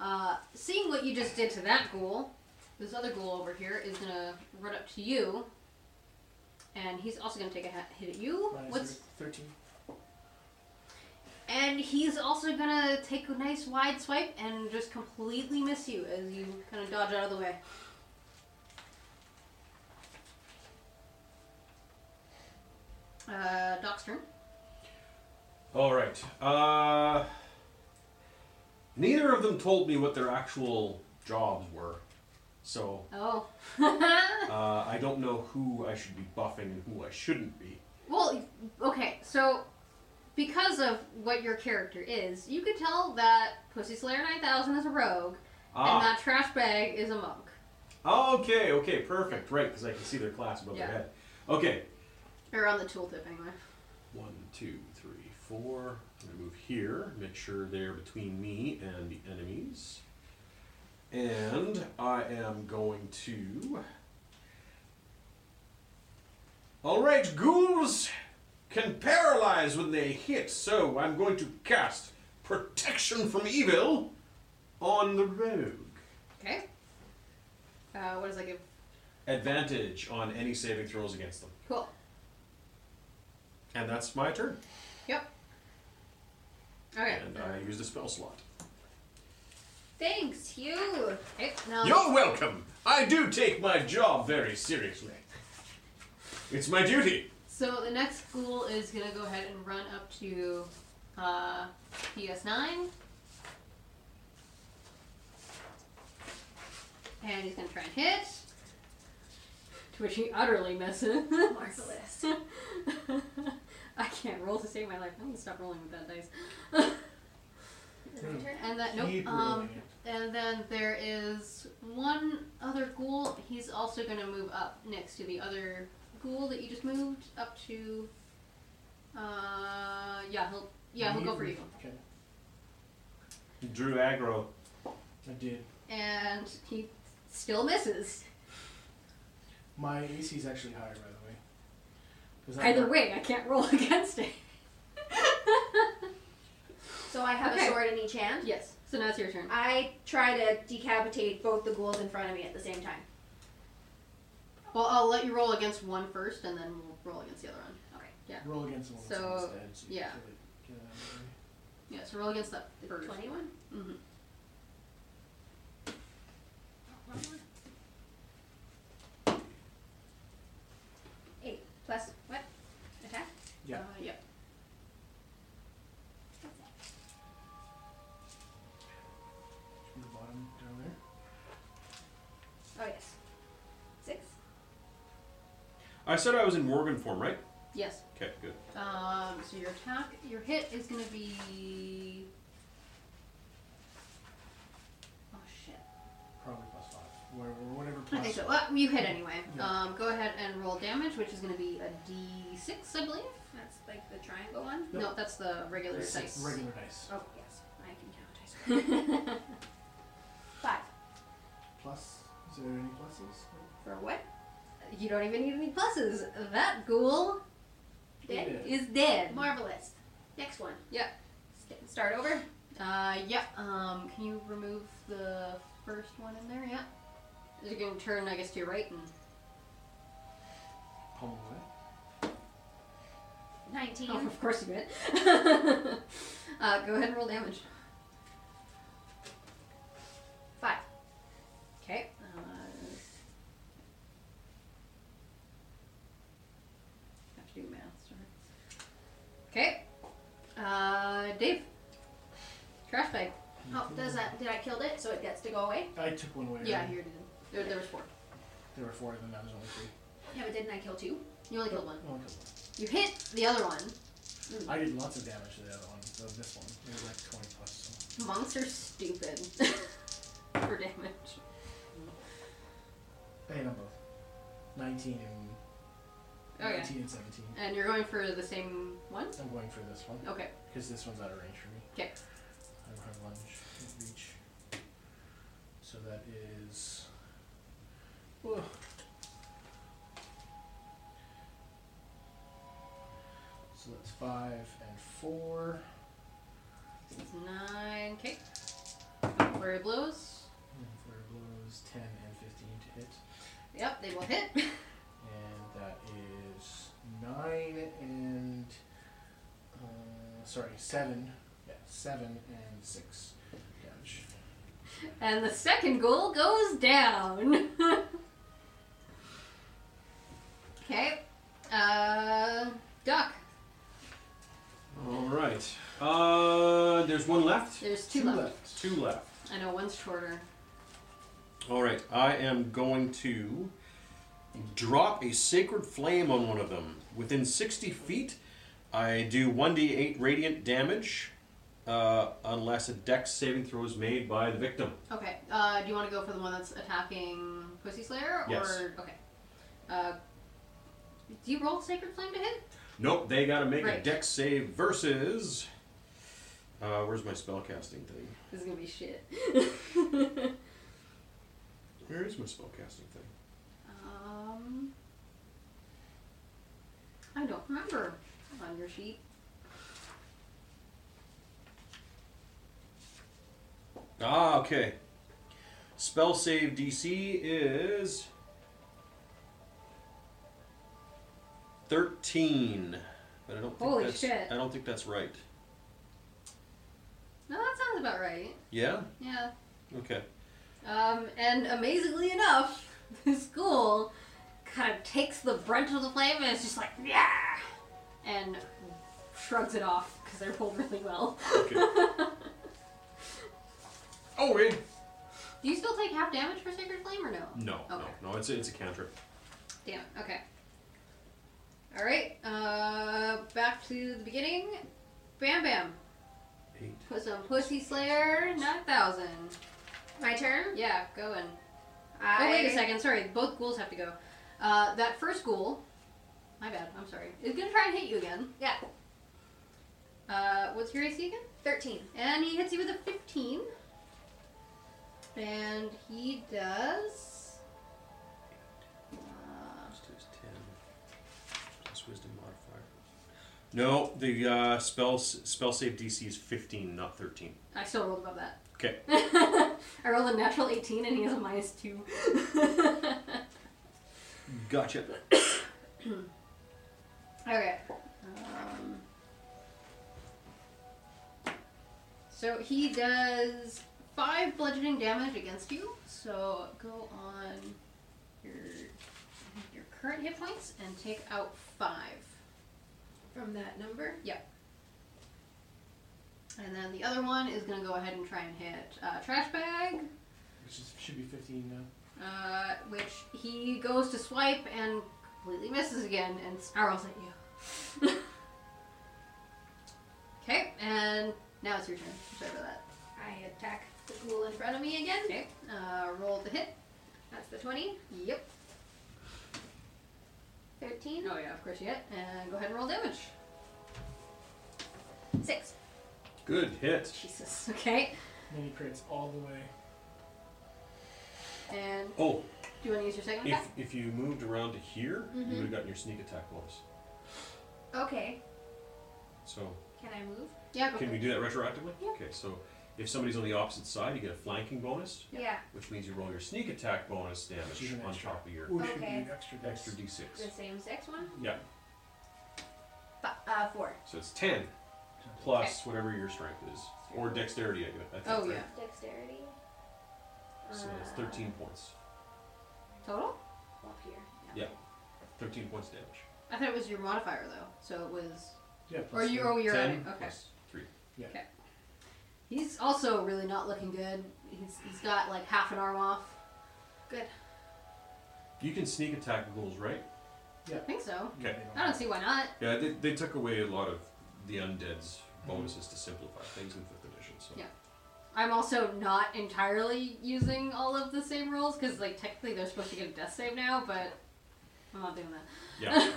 E: Uh, seeing what you just did to that ghoul, this other ghoul over here is gonna run up to you, and he's also gonna take a ha- hit at you.
B: Minus
E: What's
B: thir- 13.
E: and he's also gonna take a nice wide swipe and just completely miss you as you kind of dodge out of the way. Uh, Doc's turn.
D: All right. Uh, neither of them told me what their actual jobs were, so
E: Oh.
D: uh, I don't know who I should be buffing and who I shouldn't be.
E: well, okay, so because of what your character is, you could tell that Pussy Slayer 9000 is a rogue and
D: Ah,
E: that trash bag is a monk.
D: okay, okay, perfect. Right, because I can see their class above
E: Yeah.
D: their head. Okay,
E: Or on the tooltip, anyway.
D: one, two, three, four. I'm gonna move here. Make sure they're between me and the enemies. And I am going to. All right, ghouls can paralyze when they hit, so I'm going to cast protection from evil on the rogue.
E: Okay. Uh, what does that give?
D: Advantage on any saving throws against them,
E: Cool.
D: and that's my turn.
E: Yep. Okay.
D: And I used a spell slot.
E: Thanks, you. Okay, now
D: You're welcome. I do take my job very seriously. It's my duty.
E: So the next school is gonna go ahead and run up to uh, PS9. And he's gonna try and hit. To which he utterly misses.
C: Marvelous.
E: I can't roll to save my life. I'm gonna stop rolling with that dice. and that nope.
B: Keep
E: Um,
B: rolling it.
E: and then there is one other ghoul. He's also gonna move up next to the other ghoul that you just moved up to. Uh, yeah, he'll yeah he'll go for you.
B: Okay,
D: Drew aggro.
B: I did.
E: And he still misses.
B: My AC is actually higher, by the way. 'Cause I
E: Either
B: got-
E: way, I can't roll against it.
C: So I have
E: Okay.
C: a sword in each hand.
E: yes. So now it's your turn.
C: I try to decapitate both the ghouls in front of me at the same time.
E: Well, I'll let you roll against one first, and then we'll roll against the other one. Okay. Yeah.
B: Roll against the one that's
E: So,
B: instead. So you
E: yeah.
B: kill it. Get it out of the way.
E: Yeah. So roll against that first.
C: Twenty-one.
E: Mm-hmm.
C: Eight plus what? Attack.
B: Yeah.
E: Uh, yep. Uh.
B: From the bottom down there.
C: Oh yes. Six.
D: I said I was in Morgan form, right?
E: Yes.
D: Okay, good.
E: Um, so your attack, your hit is going to be. Oh shit!
B: Probably plus five. Where, where- whatever
E: I
B: plus.
E: think so. Well, you hit anyway.
B: Yeah.
E: Um, go ahead and roll damage, which is going to be a D6, I believe.
C: That's like the triangle one.
B: Yep.
E: No, that's the regular
B: It's
E: dice.
B: Regular dice.
C: Oh yes, I can count. I swear.
E: Five.
C: Five.
B: Plus. Is there any pluses? No.
C: For what?
E: you don't even need any pluses. That ghoul
C: Dead.
B: Yeah.
E: is dead.
C: Marvelous. Next one.
E: Yeah.
C: St- Start over.
E: Uh, yeah. Um, can you remove the first one in there? Yeah. You can turn, I guess, to your right and
B: Palm away.
C: Nineteen.
E: Oh, of course you did. uh, go ahead and roll damage.
C: Five.
E: Okay. Uh, have to do math. Sorry. Okay. Uh, Dave. Trash bag.
C: Oh, does that? Did I killed it? So it gets to go away?
B: I took one away.
E: Yeah,
B: already.
E: you did. There, there was four.
B: There were four of them. That was only three.
C: Yeah, but didn't I kill two?
E: You only killed one.
B: Oh, okay.
E: You hit the other one.
B: I did lots of damage to the other one. So this one. It was like 20 plus. So.
E: Monks are stupid for damage.
B: I hit on both. 19 and.
E: Okay.
B: 19 and 17.
E: And you're going for the same one?
B: I'm going for this one.
E: Okay.
B: Because this one's out of range for me.
E: Oh. Okay.
B: I don't have lunge and reach. So that is. Whoa. So that's five and four.
E: It's nine. Okay. Flurry blows.
B: And Flare blows 10 and 15 to hit.
E: Yep, they will hit.
B: And that is 9 and. Uh, sorry, 7. Yeah, 7 and 6 damage.
E: And the second ghoul goes down. okay. Uh, duck.
D: All right. Uh, there's one left.
E: There's two left.
D: Two left.
E: I know one's shorter.
D: All right. I am going to drop a sacred flame on one of them within 60 feet. I do 1d8 radiant damage, uh, unless a Dex saving throw is made by the victim.
E: Okay. Uh, do you want to go for the one that's attacking Pussy Slayer?
D: Yes.
E: Or okay. Uh, do you roll Sacred Flame to hit?
D: Nope, they gotta make a
E: Right.
D: Dex save versus. Uh, where's my spellcasting thing?
E: This is gonna be shit.
D: Where is my spellcasting thing?
E: um, I don't remember. It's on your sheet.
D: Ah, okay. Spell save DC is 13. But I don't think
E: Holy
D: that's
E: shit.
D: I don't think that's right.
E: No, that sounds about right.
D: Yeah?
E: Yeah.
D: Okay.
E: Um, and amazingly enough, this ghoul kind of takes the brunt of the flame and is just like, yeah, and shrugs it off because I rolled really well.
D: Okay. oh wait.
E: Do you still take half damage for Sacred Flame or no?
D: No,
E: Okay.
D: no, no, it's a, it's a cantrip.
E: Damn. Okay. All right. Uh, back to the beginning. Bam, bam.
D: Eight.
E: Put some Pussy Slayer nine thousand.
C: My turn.
E: Yeah, going.
C: I...
E: Oh wait a second. Sorry, both ghouls have to go. Uh, that first ghoul. My bad. I'm sorry. Is gonna try and hit you again.
C: Yeah,
E: Uh, what's your AC again?
C: thirteen.
E: And he hits you with a 15. And he does. Uh,
D: Plus two is ten. Plus wisdom modifier. No, the uh, spell s- spell save DC is 15, not 13.
E: I still rolled above that.
D: Okay.
E: I rolled a natural 18 and he has a minus 2.
D: Gotcha.
E: Alright. Um, so he does 5 bludgeoning damage against you. So go on your, your current hit points and take out 5.
C: From that number.
E: And then the other one is going to go ahead and try and hit uh, Trash Bag,
B: Which is, should be 15 now.
E: uh, which he goes to swipe and completely misses again and snarls at you. okay, and now it's your turn. Sorry about that.
C: I attack the ghoul in front of me again.
E: Okay, uh, roll the hit.
C: That's the 20.
E: Yep.
C: 13.
E: Oh, yeah, of course you hit. And go ahead and roll damage.
C: 6.
D: Good hit.
E: Jesus. Okay.
B: Mini crits all the way.
E: And
D: Oh,
E: do you want to use your second
D: if,
E: attack?
D: if you moved around to here,
E: Mm-hmm.
D: you would have gotten your sneak attack bonus.
C: Okay.
D: So,
C: Can I move?
E: Yeah, go
D: can
E: for
D: we
E: it.
D: do that retroactively?
E: Yeah.
D: Okay, so if somebody's on the opposite side, you get a flanking bonus,
C: Yeah.
D: which means you roll your sneak attack bonus
B: She's
D: damage
B: an
D: on
B: extra.
D: top of your
B: Ooh, should be
C: Okay.
B: an extra dice.
D: extra d6.
C: The same sex one?
D: Yeah,
C: F- uh, 4.
D: so it's 10 plus whatever your strength is, or dexterity, I guess. I think,
E: Oh,
D: right?
E: yeah.
C: Dexterity.
D: So it's
C: Uh,
D: 13 points.
E: Total?
C: Up here.
D: 13 points damage.
E: I thought it was your modifier, though. So it was.
B: Yeah,
E: Or
B: plus
E: you,
B: three.
E: oh, you're adding.
D: 10
E: Okay.
D: plus 3.
E: He's also really not looking good. He's, he's got like half an arm off.
D: You can sneak attack ghouls, right?
E: I think so.
B: Yeah,
D: Okay.
B: they don't
E: I don't see why not.
D: Yeah, they, they took away a lot of the undead's bonuses to simplify things in 5th edition, so.
E: Yeah. I'm also not entirely using all of the same rules because like technically they're supposed to get a death save now, but I'm not doing that.
D: Yeah.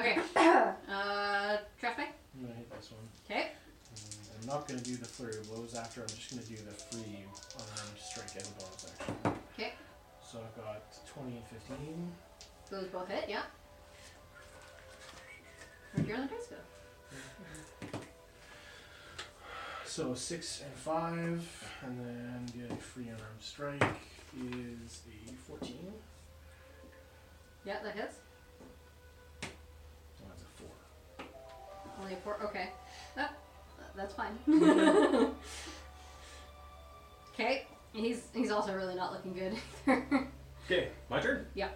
E: Okay. uh, trash bag.
B: I'm gonna hit this one.
E: Okay.
B: And I'm not gonna do the flurry of blows after. I'm just gonna do the free unarmed strike as a bonus action.
E: Okay.
B: So I've got 20 and 15.
E: Those both hit. Yeah. Where'd your other dice go?
B: So six and five, and then the free unarmed strike is a fourteen. Oh,
E: Yeah, that hits.
B: So that's a four.
E: Only a four. Okay. Uh, that's fine. okay. He's he's also really not looking good either.
D: Okay, my turn?
E: Yeah.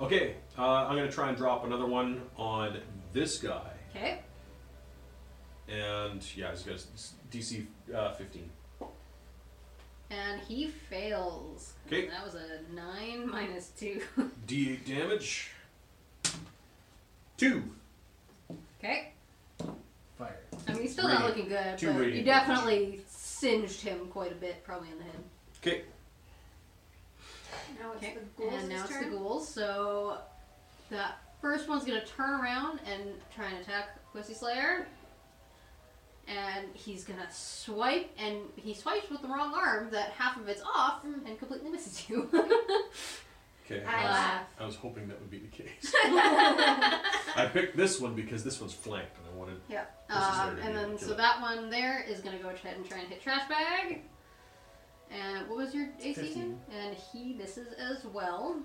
D: Okay, uh, I'm going to try and drop another one on this guy.
E: okay.
D: And yeah, he's got s- DC uh, 15.
E: And he fails.
D: 'Kay.
E: That was a nine minus two.
D: D8 damage. Two.
E: okay.
B: Fire.
E: I mean, he's still not
D: Radiant.
E: looking good,
D: Two
E: but you
D: radiant
E: definitely singed him quite a bit, probably in the head.
D: Okay,
C: Now it's
E: Okay.
C: the ghouls'
E: and now it's
C: turn.
E: the ghouls. So that first one's gonna turn around and try and attack Pussy Slayer. And he's gonna swipe, and he swipes with the wrong arm that half of it's off and completely misses you.
D: okay.
C: I
D: I, was,
C: laugh.
D: I was hoping that would be the case. I picked this one because this one's flanked and I wanted.
E: yeah.
D: Pussy Slayer
E: Um,
D: to be
E: and
D: able
E: then
D: to
E: so
D: kill it.
E: that one there is gonna go ahead and try and hit trash bag. And what was your AC again? And he misses as well.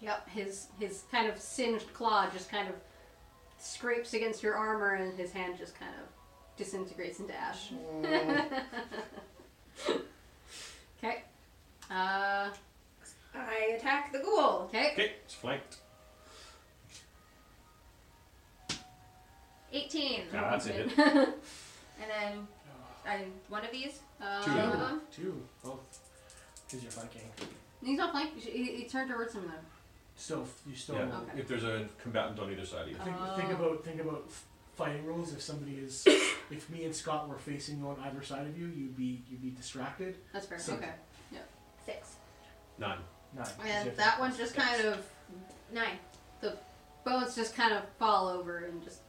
E: Yep, his his kind of singed claw just kind of scrapes against your armor, and his hand just kind of disintegrates into ash. okay. Uh,
C: I attack the ghoul.
E: okay.
D: Okay, it's flanked.
C: 18.
D: Yeah, that's a hit.
C: And then I one of these.
E: Uh,
D: Two.
E: another one.
B: Oh, Two. Both. Because you're flanking.
E: He's not flank. He, he turned towards him though.
B: Still, you still.
D: Yeah,
E: Okay.
D: if there's a combatant on either side of you.
B: Think, think
E: Oh.
B: about think about f- fighting rules. If somebody is, if me and Scott were facing you on either side of you, you'd be you'd be distracted.
E: That's fair.
B: So-
E: okay.
C: Six.
D: Nine.
B: Nine. 'cause you have
E: And
B: to-
E: that one just kind of
C: Nine.
E: bones just kind of fall over and just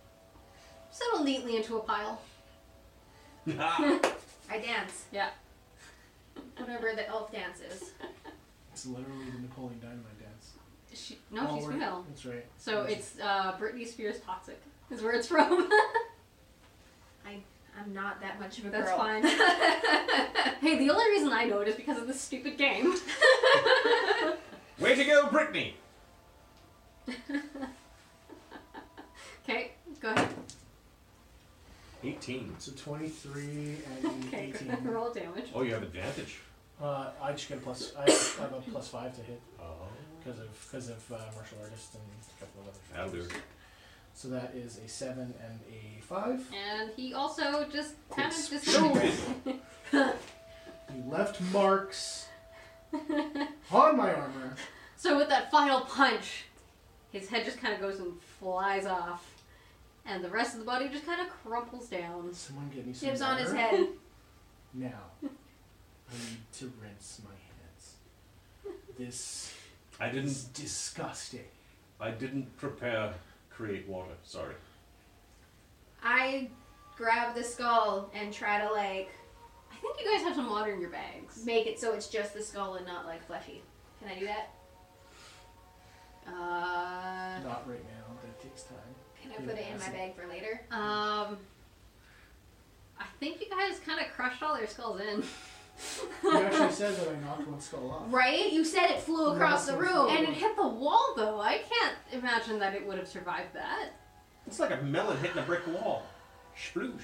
E: settle neatly into a pile.
C: I dance.
E: Yeah.
C: Whatever the elf dance is.
B: It's literally the Napoleon Dynamite dance.
E: She, no,
B: All
E: she's
B: we're-
E: female.
B: That's right.
E: So
B: Yes.
E: it's uh, Britney Spears toxic is where it's from.
C: I'm not that much of a
E: That's
C: girl.
E: fine. hey, the only reason I know it is because of this stupid game.
D: Way to go, Brittany!
E: Okay, go ahead.
D: 18.
B: So 23 and
E: Okay,
B: 18.
E: roll damage.
D: Oh, you have advantage.
B: Uh, I just get a plus. I have a plus five to hit
D: Oh.
B: because of because of uh, martial artist and a couple of other.
D: That'll do.
B: factors. So that is a seven and a five.
E: And he also just kind of
D: Exploded.
E: just.
B: You left marks on my armor.
E: So with that final punch, his head just kind of goes and flies off, and the rest of the body just kind of crumples down.
B: Someone get me some
C: Dibs on his
B: water.
C: head.
B: Now, I need to rinse my hands. This
D: I
B: is
D: didn't.
B: disgusting.
D: I didn't prepare. Create water. Sorry.
C: I grab the skull and try to like
E: I think you guys have some water in your bags.
C: make it so it's just the skull and not like fleshy. Can I do that?
E: Uh,
B: Not right now. That takes time.
C: Can I put it in my bag for later?
E: um, I think you guys kind of crushed all their skulls in.
B: You actually said that I knocked one skull off.
C: Right? You said it flew across the room.
E: and it hit the wall though. I can't imagine that it would have survived that.
D: It's like a melon hitting a brick wall. Sploosh.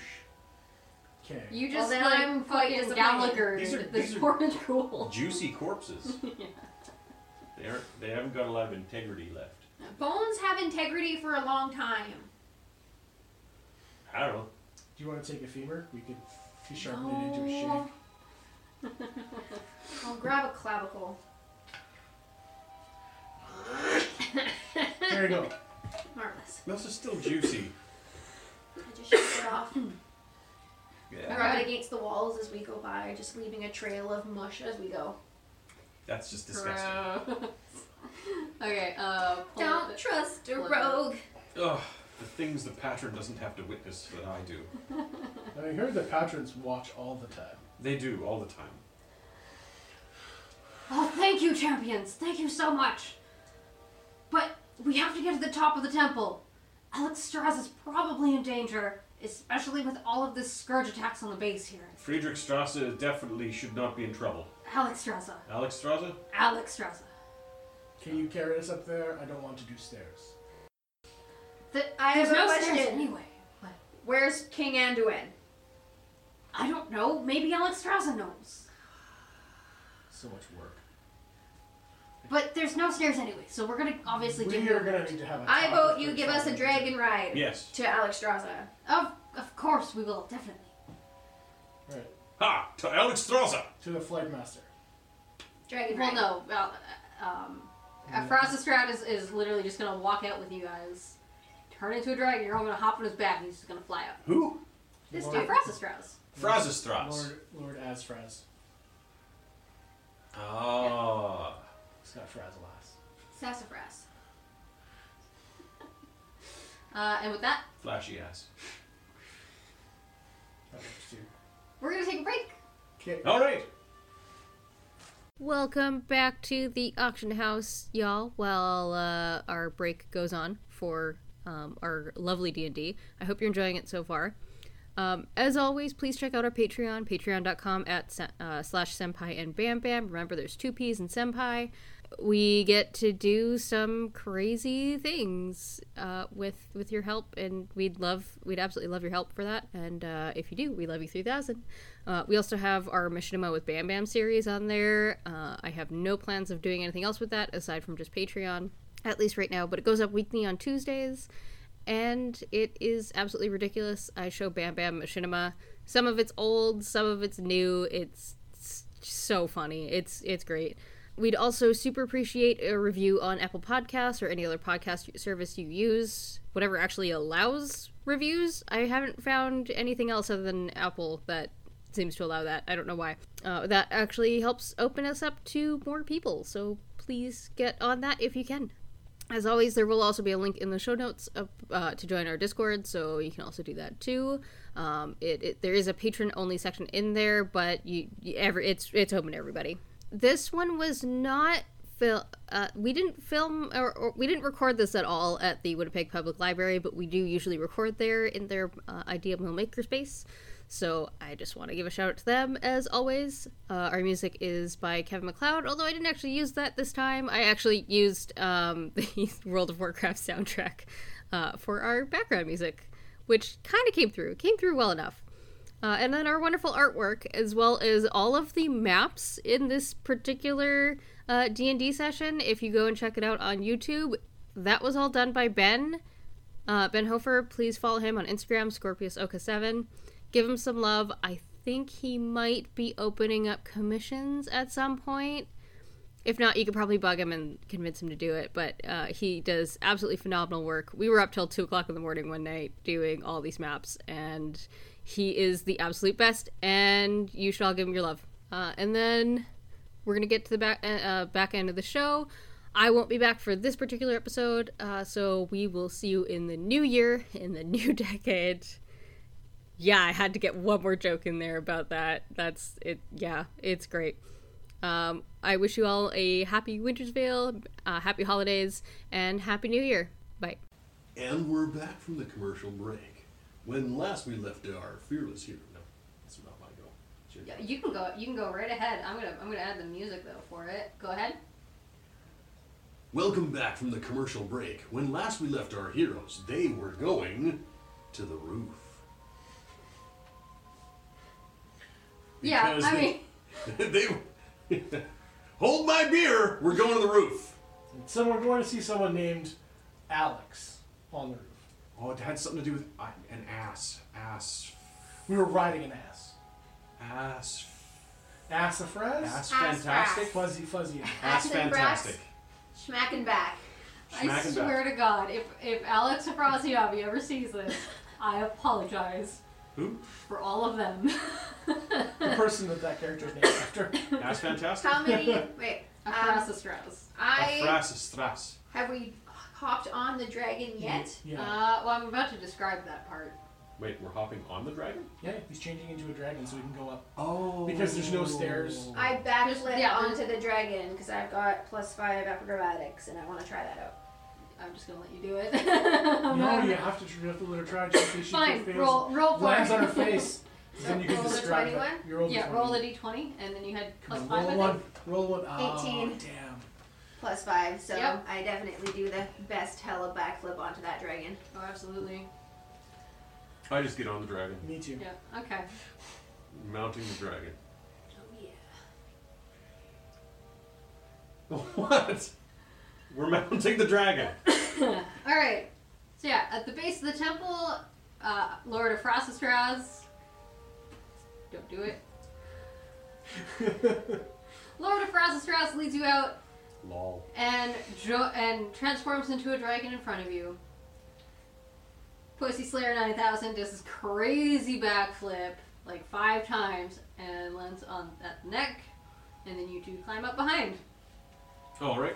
B: Okay.
E: You
C: Well,
E: just
C: then
E: like
C: I'm quite
E: fucking
C: disappointed.
E: Gallagher
D: These are-
E: this
D: these are-
E: orange cool.
D: Juicy corpses.
E: Oh. Yeah.
D: They aren't. They haven't got a lot of integrity left.
C: Bones have integrity for a long time.
D: I don't know.
B: Do you want to take a femur? We could you sharpen it into a shank.
C: I'll grab a clavicle.
B: There you go.
C: Marvelous.
D: Those are still juicy.
C: I just shake it off.
D: Yeah.
C: Rub it against the walls as we go by, just leaving a trail of mush as we go.
D: That's just disgusting.
E: Gross. okay. Uh, pull
C: Don't
E: it.
C: trust a
E: Pull it.
C: rogue.
D: Ugh. The things the pattern doesn't have to witness that I do.
B: I heard the patrons watch all the time.
D: They do all the time.
E: Oh, thank you, champions. Thank you so much. But we have to get to the top of the temple. Alex Straz is probably in danger, especially with all of the scourge attacks on the base here.
D: Friedrich Strasse definitely should not be in trouble.
E: Alex Straza.
D: Alex Strasse?
E: Alex Straza.
B: Can you carry us up there? I don't want to do stairs.
E: The,
C: I
E: there's
C: have a
E: no
C: question.
E: stairs anyway. But
C: Where's King Anduin?
E: I don't know. Maybe Alex Straza knows.
B: So much work.
E: But there's no stairs anyway, so we're gonna obviously do
B: We are going to need to have a
C: I
B: top
C: vote you
B: for
C: give us a
B: something.
C: dragon ride
D: Yes.
C: to Alex Straza.
E: Of of course we will definitely.
B: Right.
D: Ha! To Alex Strasse!
B: To the flight master.
C: Dragon
E: Well,
C: ride.
E: no. Well, uh, um, uh, Frostestrat is, is literally just gonna walk out with you guys, turn into a dragon. You're all gonna hop on his back, and he's just gonna fly out.
D: Who?
C: This
E: Uh,
B: Lord,
C: dude.
E: Frostestrat.
D: Strasse Strasse.
B: Lord, Lord Asfraz.
D: Ah.
B: It's not Frazalas.
C: Sassafras.
E: Uh, and with that,
D: Flashy ass.
B: That works too.
E: we're gonna take a break.
B: Okay.
D: Alright!
A: Welcome back to the auction house, y'all. While uh, our break goes on for um, our lovely D and D, I hope you're enjoying it so far. Um, as always, please check out our Patreon, patreon.com at se- uh, slash senpai and bam bam. Remember, there's two P's in senpai. We get to do some crazy things uh, with with your help, and we'd love, we'd absolutely love your help for that. And uh, if you do, we love you three thousand. Uh, we also have our Machinima with Bam Bam series on there. Uh, I have no plans of doing anything else with that aside from just Patreon, at least right now. But it goes up weekly on Tuesdays and it is absolutely ridiculous. I show Bam Bam Machinima. Some of it's old, some of it's new. It's, it's so funny. It's it's great. We'd also super appreciate a review on Apple Podcasts or any other podcast service you use, whatever actually allows reviews. I haven't found anything else other than Apple that seems to allow that. I don't know why. Uh, that actually helps open us up to more people. So please get on that if you can. As always, there will also be a link in the show notes up, uh, to join our Discord, so you can also do that too. Um, it, it there is a patron only section in there, but you, you every it's it's open to everybody. This one was not fil- uh, we didn't film or, or we didn't record this at all at the Winnipeg Public Library, but we do usually record there in their uh, Idea Mill Makerspace. So I just want to give a shout out to them as always. Uh, our music is by Kevin McLeod, although I didn't actually use that this time. I actually used um, the World of Warcraft soundtrack uh, for our background music, which kind of came through, came through well enough. Uh, and then our wonderful artwork, as well as all of the maps in this particular uh, D&D session. If you go and check it out on YouTube, that was all done by Ben. Uh, ben Hofer, please follow him on Instagram, ScorpiusOka7. Give him some love. I think he might be opening up commissions at some point. If not, you could probably bug him and convince him to do it. But uh, he does absolutely phenomenal work. We were up till two o'clock in the morning one night doing all these maps, and he is the absolute best. And you should all give him your love. Uh, and then we're gonna get to the back uh, uh, back end of the show. I won't be back for this particular episode, uh, so we will see you in the new year, in the new decade. Yeah, I had to get one more joke in there about that. That's it. Yeah, it's great. Um, I wish you all a happy Winter's Veil, uh, happy holidays, and happy New Year. Bye.
D: And we're back from the commercial break. When last we left our fearless hero. No, that's not my goal. Sure.
E: Yeah, you can go. You can go right ahead. I'm gonna I'm gonna add the music though for it. Go ahead.
D: Welcome back from the commercial break. When last we left our heroes, they were going to the roof.
E: Yeah,
D: Because
E: I
D: they-
E: mean,
D: they hold my beer. We're going to the roof.
B: Someone we're going to see someone named Alex on the roof.
D: Oh, it had something to do with I- an ass, ass,
B: We were riding an ass.
D: ass,
B: Assafras?
D: ass,
C: Ass
D: fantastic,
B: Fuzzy fuzzy.
D: ass,
C: Ass and brass.
D: fantastic.
C: Schmacking back.
E: I
D: Smacking back.
E: swear to God, if if Alex Afrasiabi ever sees this, I apologize
D: Who?
E: for all of them.
B: the person that that character is named after.
D: Ass fantastic.
C: How many? wait. Um,
E: Afrasiastras.
C: I
D: Afras is thras.
C: have we hopped on the dragon yet?
B: Yeah.
E: Uh, well, I'm about to describe that part.
D: Wait, we're hopping on the dragon?
B: yeah, he's changing into a dragon so we can go up.
D: Oh.
B: Because there's no stairs.
C: I backflip
E: yeah, on-
C: onto the dragon because I've got plus five acrobatics and I want to try that out.
E: I'm just gonna let you do it. I'm
B: No,
E: not-
B: you have to, tr- you have to let her try just in case she
E: Fine,
B: fails.
E: roll, roll for
B: Lands
E: it.
B: on her face. then you can
E: roll the
B: describe
E: 20
B: that. You roll the
E: yeah,
B: 20.
E: roll the d20, and then you had plus
B: Come on,
E: five.
B: roll
E: I
B: one.
E: think.
B: Roll one. Oh,
C: 18.
B: damn.
C: Plus five, so
E: Yep.
C: I definitely do the best hella backflip onto that dragon.
E: Oh, absolutely.
D: I just get on the dragon,
B: Me too.
E: Yeah. Okay.
D: mounting the dragon.
E: Oh yeah.
D: What? We're mounting the dragon.
E: All right. So yeah, at the base of the temple, uh, Lord of Frostestraz. Don't do it. Lord of Frostestraz leads you out
D: Lol.
E: and jo- and transforms into a dragon in front of you. Pussy Slayer 9000 does this crazy backflip like five times and lands on that neck, and then you two climb up behind.
D: All right.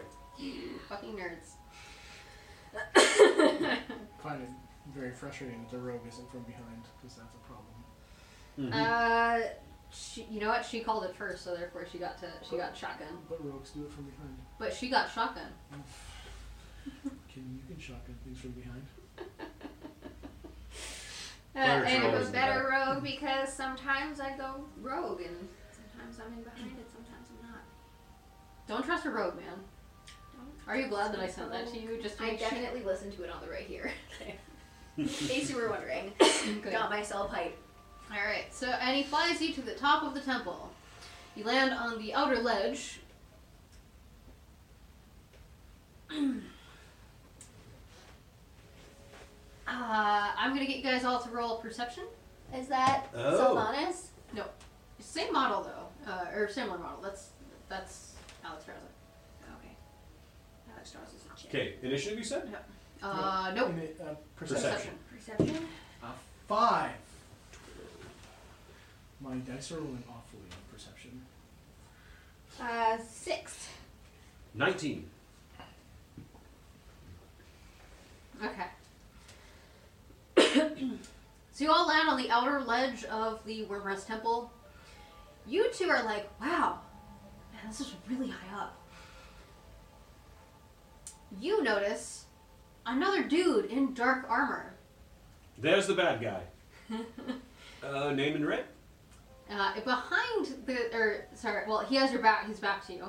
E: Fucking nerds.
B: Find it very frustrating that the rogue isn't from behind because that's a problem.
E: uh, she, you know what? She called it first, so therefore she got to she got shotgun.
B: But rogues do it from behind.
E: But she got shotgun.
B: Can you can shotgun things from behind?
E: Uh,
D: Better
E: and it
D: throw
E: was
D: it.
C: better rogue because sometimes I go rogue and sometimes I'm in behind it, sometimes I'm not.
E: don't trust a rogue, man. Are you glad that I sent that to you? Just to
C: I
E: make sure.
C: definitely listened to it on the way here. In case you were wondering,
E: Good.
C: got myself hype.
E: All right. So and he flies you to the top of the temple. You land on the outer ledge. uh, I'm gonna get you guys all to roll perception.
C: Is that
D: Oh.
C: Sylvanas?
E: Same model though, uh, or similar model. That's that's Alex Drowsa.
C: Okay. Alex draws is a chick.
D: Okay. Initiative, you said?
E: Uh, nope.
B: In it, uh,
D: Perception.
E: Perception.
C: Perception?
B: A five. My dice are rolling awfully on perception.
C: Uh, six.
D: Nineteen.
E: Okay. so you all land on the outer ledge of the Wormrest Temple. You two are like, wow, man, this is really high up. You notice another dude in dark armor.
D: There's the bad guy. uh, name and rank.
E: Uh, behind the, or sorry, well, he has your back. He's back to you.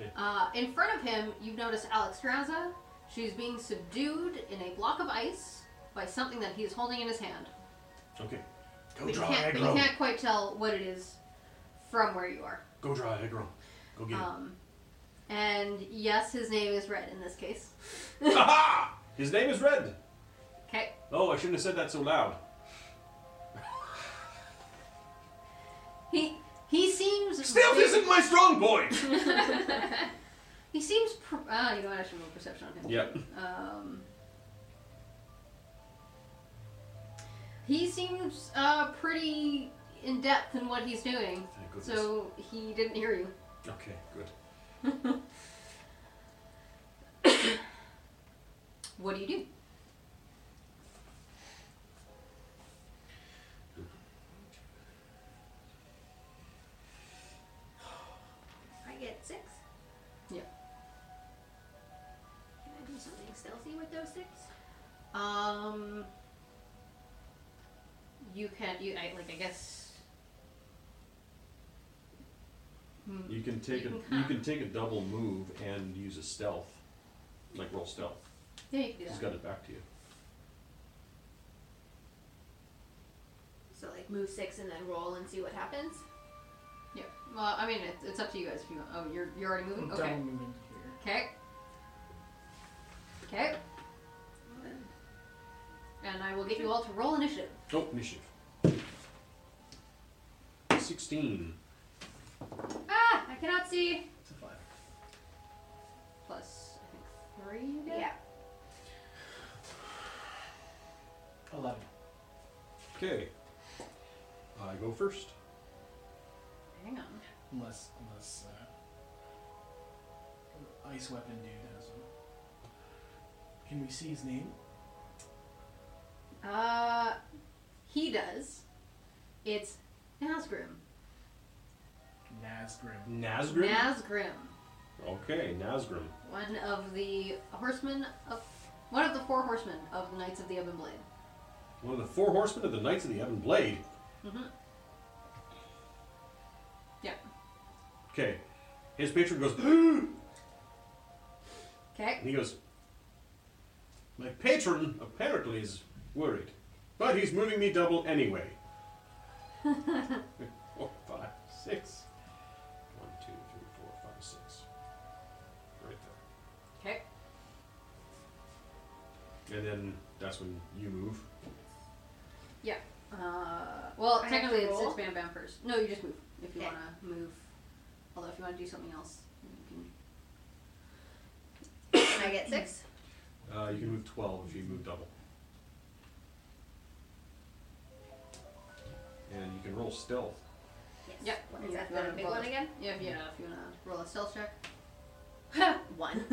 D: Okay.
E: Uh, in front of him, you've noticed Alex Graza. She's being subdued in a block of ice by something that he is holding in his hand.
D: Okay. Go
E: But you,
D: draw
E: can't, but you
D: aggro.
E: can't quite tell what it is from where you are.
D: Go draw aggro. Go get him.
E: Um, and yes, his name is Red in this case.
D: Aha! His name is Red.
E: Okay.
D: Oh, I shouldn't have said that so loud.
E: He he seems
D: Stealth
E: very-
D: isn't my strong point.
E: he seems pr- ah you know what I should roll perception on him.
D: yep.
E: Um, he seems uh, pretty in depth in what he's doing,
D: Thank goodness.
E: so he didn't hear you.
D: okay. Good.
E: What do you do?
C: I get six.
E: Yeah.
C: Can I do something stealthy with those six?
E: Um, you can you I, like I guess. Hmm.
D: You can take a
E: You
D: you
E: can-
D: can take a double move and use a stealth, like roll stealth.
E: Yeah, you can do
D: He's
E: that.
D: got it back to you.
C: So like move six and then roll and see what happens.
E: Yeah. Well, I mean, it's, it's up to you guys if you want. Oh, you're you're already moving.
B: I'm
E: Okay.
B: double moving here.
E: Okay. Okay. And I will get you all to roll initiative.
D: Oh, initiative. Sixteen.
E: Ah, I cannot see.
B: It's a five.
E: Plus, I think three. you did?
B: Eleven.
D: Okay. I go first.
E: Hang on.
B: Unless unless uh, ice weapon dude has one. Can we see his name?
E: Uh, he does. It's Nazgrim.
B: Nazgrim.
D: Nazgrim.
E: Nazgrim,
D: okay, Nazgrim.
E: one of the horsemen of One of the four horsemen of the Knights of the Ebon Blade.
D: One of the four horsemen of the Knights of the Ebon Blade.
E: Yeah.
D: Okay. His patron goes, and
E: Okay.
D: he goes, My patron apparently is worried, but he's moving me double anyway. four, five, six. One, two, three, four, five, six. Right
E: Okay.
D: there. And then that's when you move.
E: Yeah. Uh, well,
C: I have
E: technically
C: to
E: it's,
C: roll?
E: it's Bam Bam first. No, you just move if you
C: Okay.
E: want to move. Although if you want to do something else, you can.
C: Can I get six?
D: Uh, you can move 12 if you move double. And you can roll stealth.
C: Yes.
E: Yep.
C: What
E: Yeah,
C: is
E: if
C: that?
E: you
C: That
E: wanna
C: big
E: roll
C: one
E: it.
C: again?
E: Yeah, if, yeah, if you want to roll a stealth check.
C: One.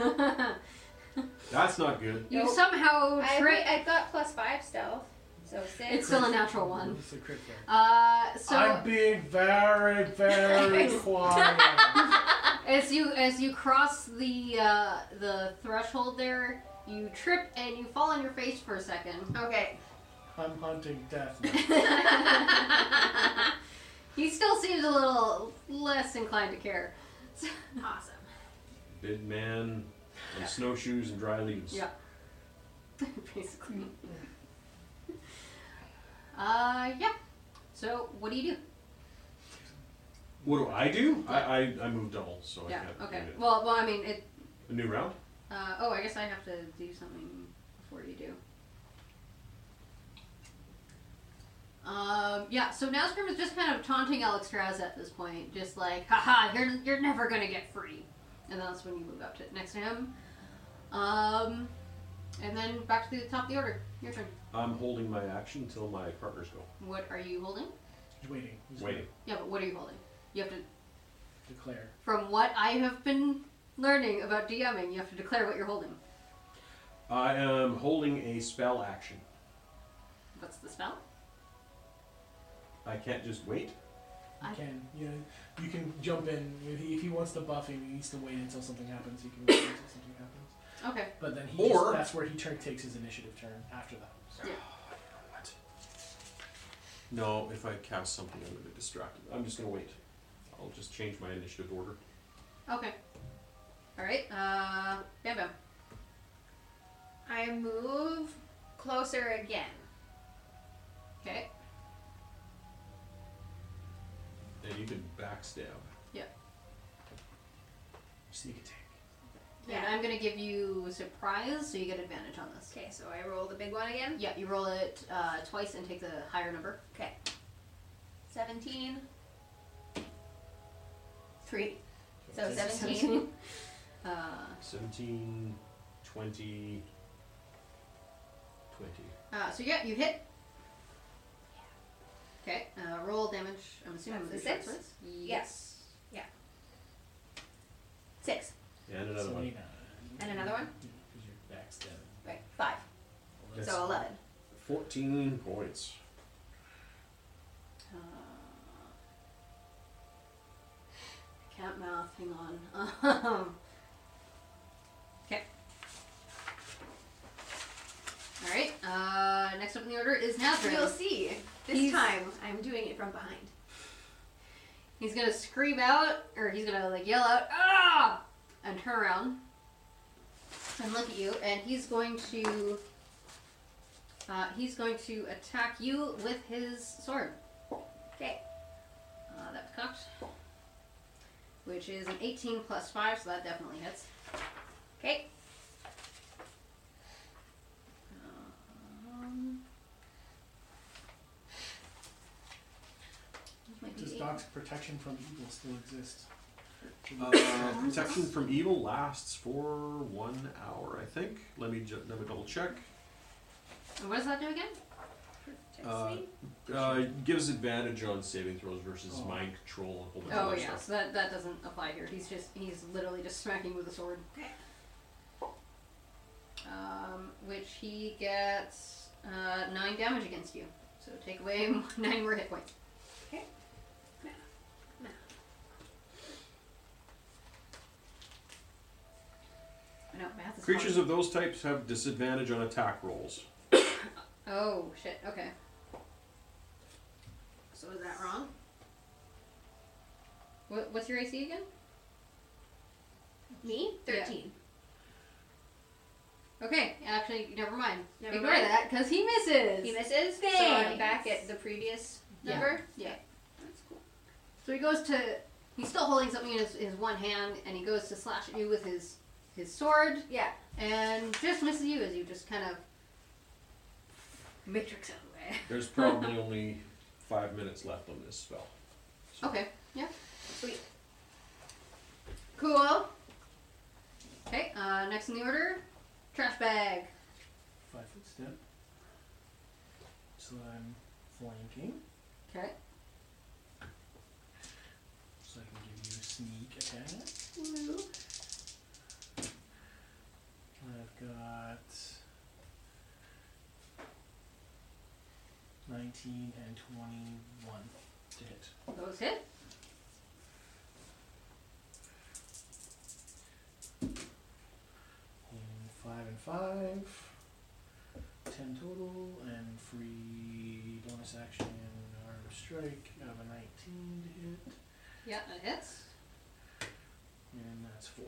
D: That's not good.
E: You
C: Nope.
E: somehow
C: I,
E: trick.
C: I got plus five stealth, so six.
E: It's still a natural one.
B: It's a crit fail.
E: Uh, so
B: I'm being very, very quiet.
E: as you as you cross the uh, the threshold there, you trip and you fall on your face for a second.
C: Okay.
B: I'm hunting death. now.
E: He still seems a little less inclined to care.
C: Awesome.
D: Big man on snowshoes and dry leaves.
E: Yeah. Basically. Uh, yeah. So, what do you do?
D: What do I do? I, I, I move double, so Oh,
E: yeah,
D: I can't
E: okay.
D: do it.
E: Well, well, I mean, it.
D: A new round?
E: Uh, oh, I guess I have to do something before you do. Um, yeah, so now Scrim is just kind of taunting Alexstrasza at this point, just like, haha, you're, you're never gonna get free. And that's when you move up to next to him. Um, and then back to the top of the order. Your turn.
D: I'm holding my action until my partners go.
E: What are you holding?
B: He's waiting. He's
D: Waiting.
E: Yeah, but what are you holding? You have to,
B: Declare.
E: from what I have been learning about DMing, you have to declare what you're holding.
D: I am holding a spell action.
E: What's the spell?
D: I can't just wait.
E: I-
B: You can. You, know, you can jump in. If he, if he wants to buff him, he needs to wait until something happens. He can wait until something happens.
E: Okay.
B: But then he just-
D: Or-
B: that's where he turn, takes his initiative turn after that. So
D: What? No, if I cast something, I'm going to be distracted. I'm just going to wait. I'll just change my initiative order.
E: Okay. All right. Uh, bam, bam.
C: I move closer again.
E: Okay.
D: And you can backstab.
B: sneak attack.
E: And I'm gonna give you a surprise, so you get advantage on this.
C: Okay, so I roll the big one again.
E: Yeah, you roll it uh, twice and take the higher number.
C: Okay. Seventeen. Three. So seventeen.
E: Uh,
D: 17, 20, 20.
E: uh, so yeah, you hit. Okay. Uh, roll damage. I'm assuming
C: That's
E: with
C: a
E: the short
C: six?
E: swords?
C: Yes. Yeah. Six.
D: And another one.
B: 79.
C: And another one?
B: Yeah, 'cause you're backstabbing.
C: Right. Five.
D: That's
C: So eleven.
D: 14 points.
E: Uh, Cat mouth, hang on. Um, Okay. Alright, uh, next up in the order is
C: You'll
E: Nazareth.
C: see. This
E: He's-
C: time I'm doing it from behind.
E: He's gonna scream out, or he's gonna like yell out, ah! And turn around and look at you, and he's going to. Uh, he's going to attack you with his sword.
C: Okay.
E: Uh, that was cocked. Which is an 18 plus 5, so that definitely hits.
C: Okay.
E: Um, where's my
B: Does
E: D8?
B: Doc's protection from evil still exist?
D: Uh, protection from evil lasts for one hour, I think. Let me ju- let me double check.
E: And what does that do again?
C: Protects
D: Uh,
C: me.
D: Uh, it gives advantage on saving throws versus
B: Oh.
D: mind control and a whole bunch
E: Oh
D: of other
E: yeah,
D: stuff.
E: so that, that doesn't apply here. He's just he's literally just smacking with a sword.
C: Okay.
E: Um, which he gets uh, nine damage against you. So take away nine more hit points. No, math is
D: Creatures
E: hard.
D: of those types have disadvantage on attack rolls.
E: Oh shit. Okay. So is that wrong? What, what's your AC again?
C: Me?
E: Yeah.
C: 13.
E: Okay, actually, never mind.
C: Never
E: Ignore
C: mind.
E: that because he misses.
C: He misses? So I'm
E: Thanks.
C: back at the previous
E: Yeah.
C: number?
E: Yeah, that's cool. So he goes to. He's still holding something in his, his one hand, and he goes to slash at you with his his sword,
C: Yeah.
E: and just misses you as you just kind of matrix out of the way.
D: There's probably only five minutes left on this spell.
E: Okay. Yeah.
C: Sweet.
E: Cool. Okay. Uh, next in the order, trash bag.
B: Five foot step. So that I'm flanking.
E: Okay.
B: So I can give you a sneak attack. I've got 19 and 21 to hit.
E: Those hit.
B: And 5 and 5. 10 total, and free bonus action arm strike of a 19 to hit.
E: Yeah, that hits.
B: And that's 4.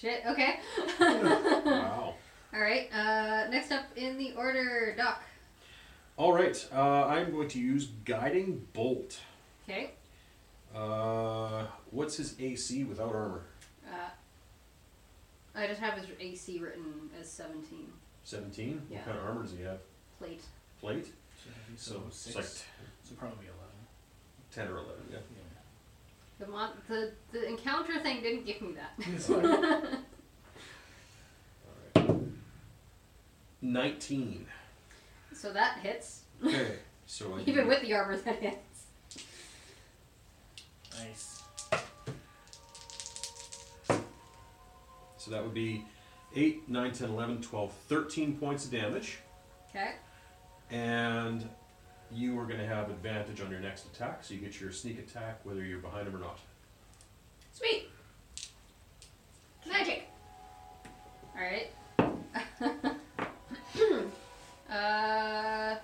E: Shit. Okay.
D: wow.
E: All right. Uh, next up in the order, Doc.
D: All right, uh, I'm going to use Guiding Bolt.
E: Okay.
D: Uh, what's his AC without armor?
E: Uh, I just have his AC written as 17
D: 17?
E: Yeah.
D: What kind of armor does he have?
E: plate.
D: Plate?
B: So, that'd be
D: So
B: some
D: it's
B: six,
D: like
B: so probably 11.
D: 10 or 11, yeah.
B: Yeah.
E: The, mon- the the encounter thing didn't give me that.
B: It's like-
D: 19.
E: So that hits.
D: Okay, so I
E: Even with the armor, that hits.
B: nice.
D: So that would be 8, 9, 10, 11, 12, 13 points of damage.
E: Okay.
D: And you are going to have advantage on your next attack, so you get your sneak attack whether you're behind him or not.
C: Sweet. Magic.
E: All right. uh,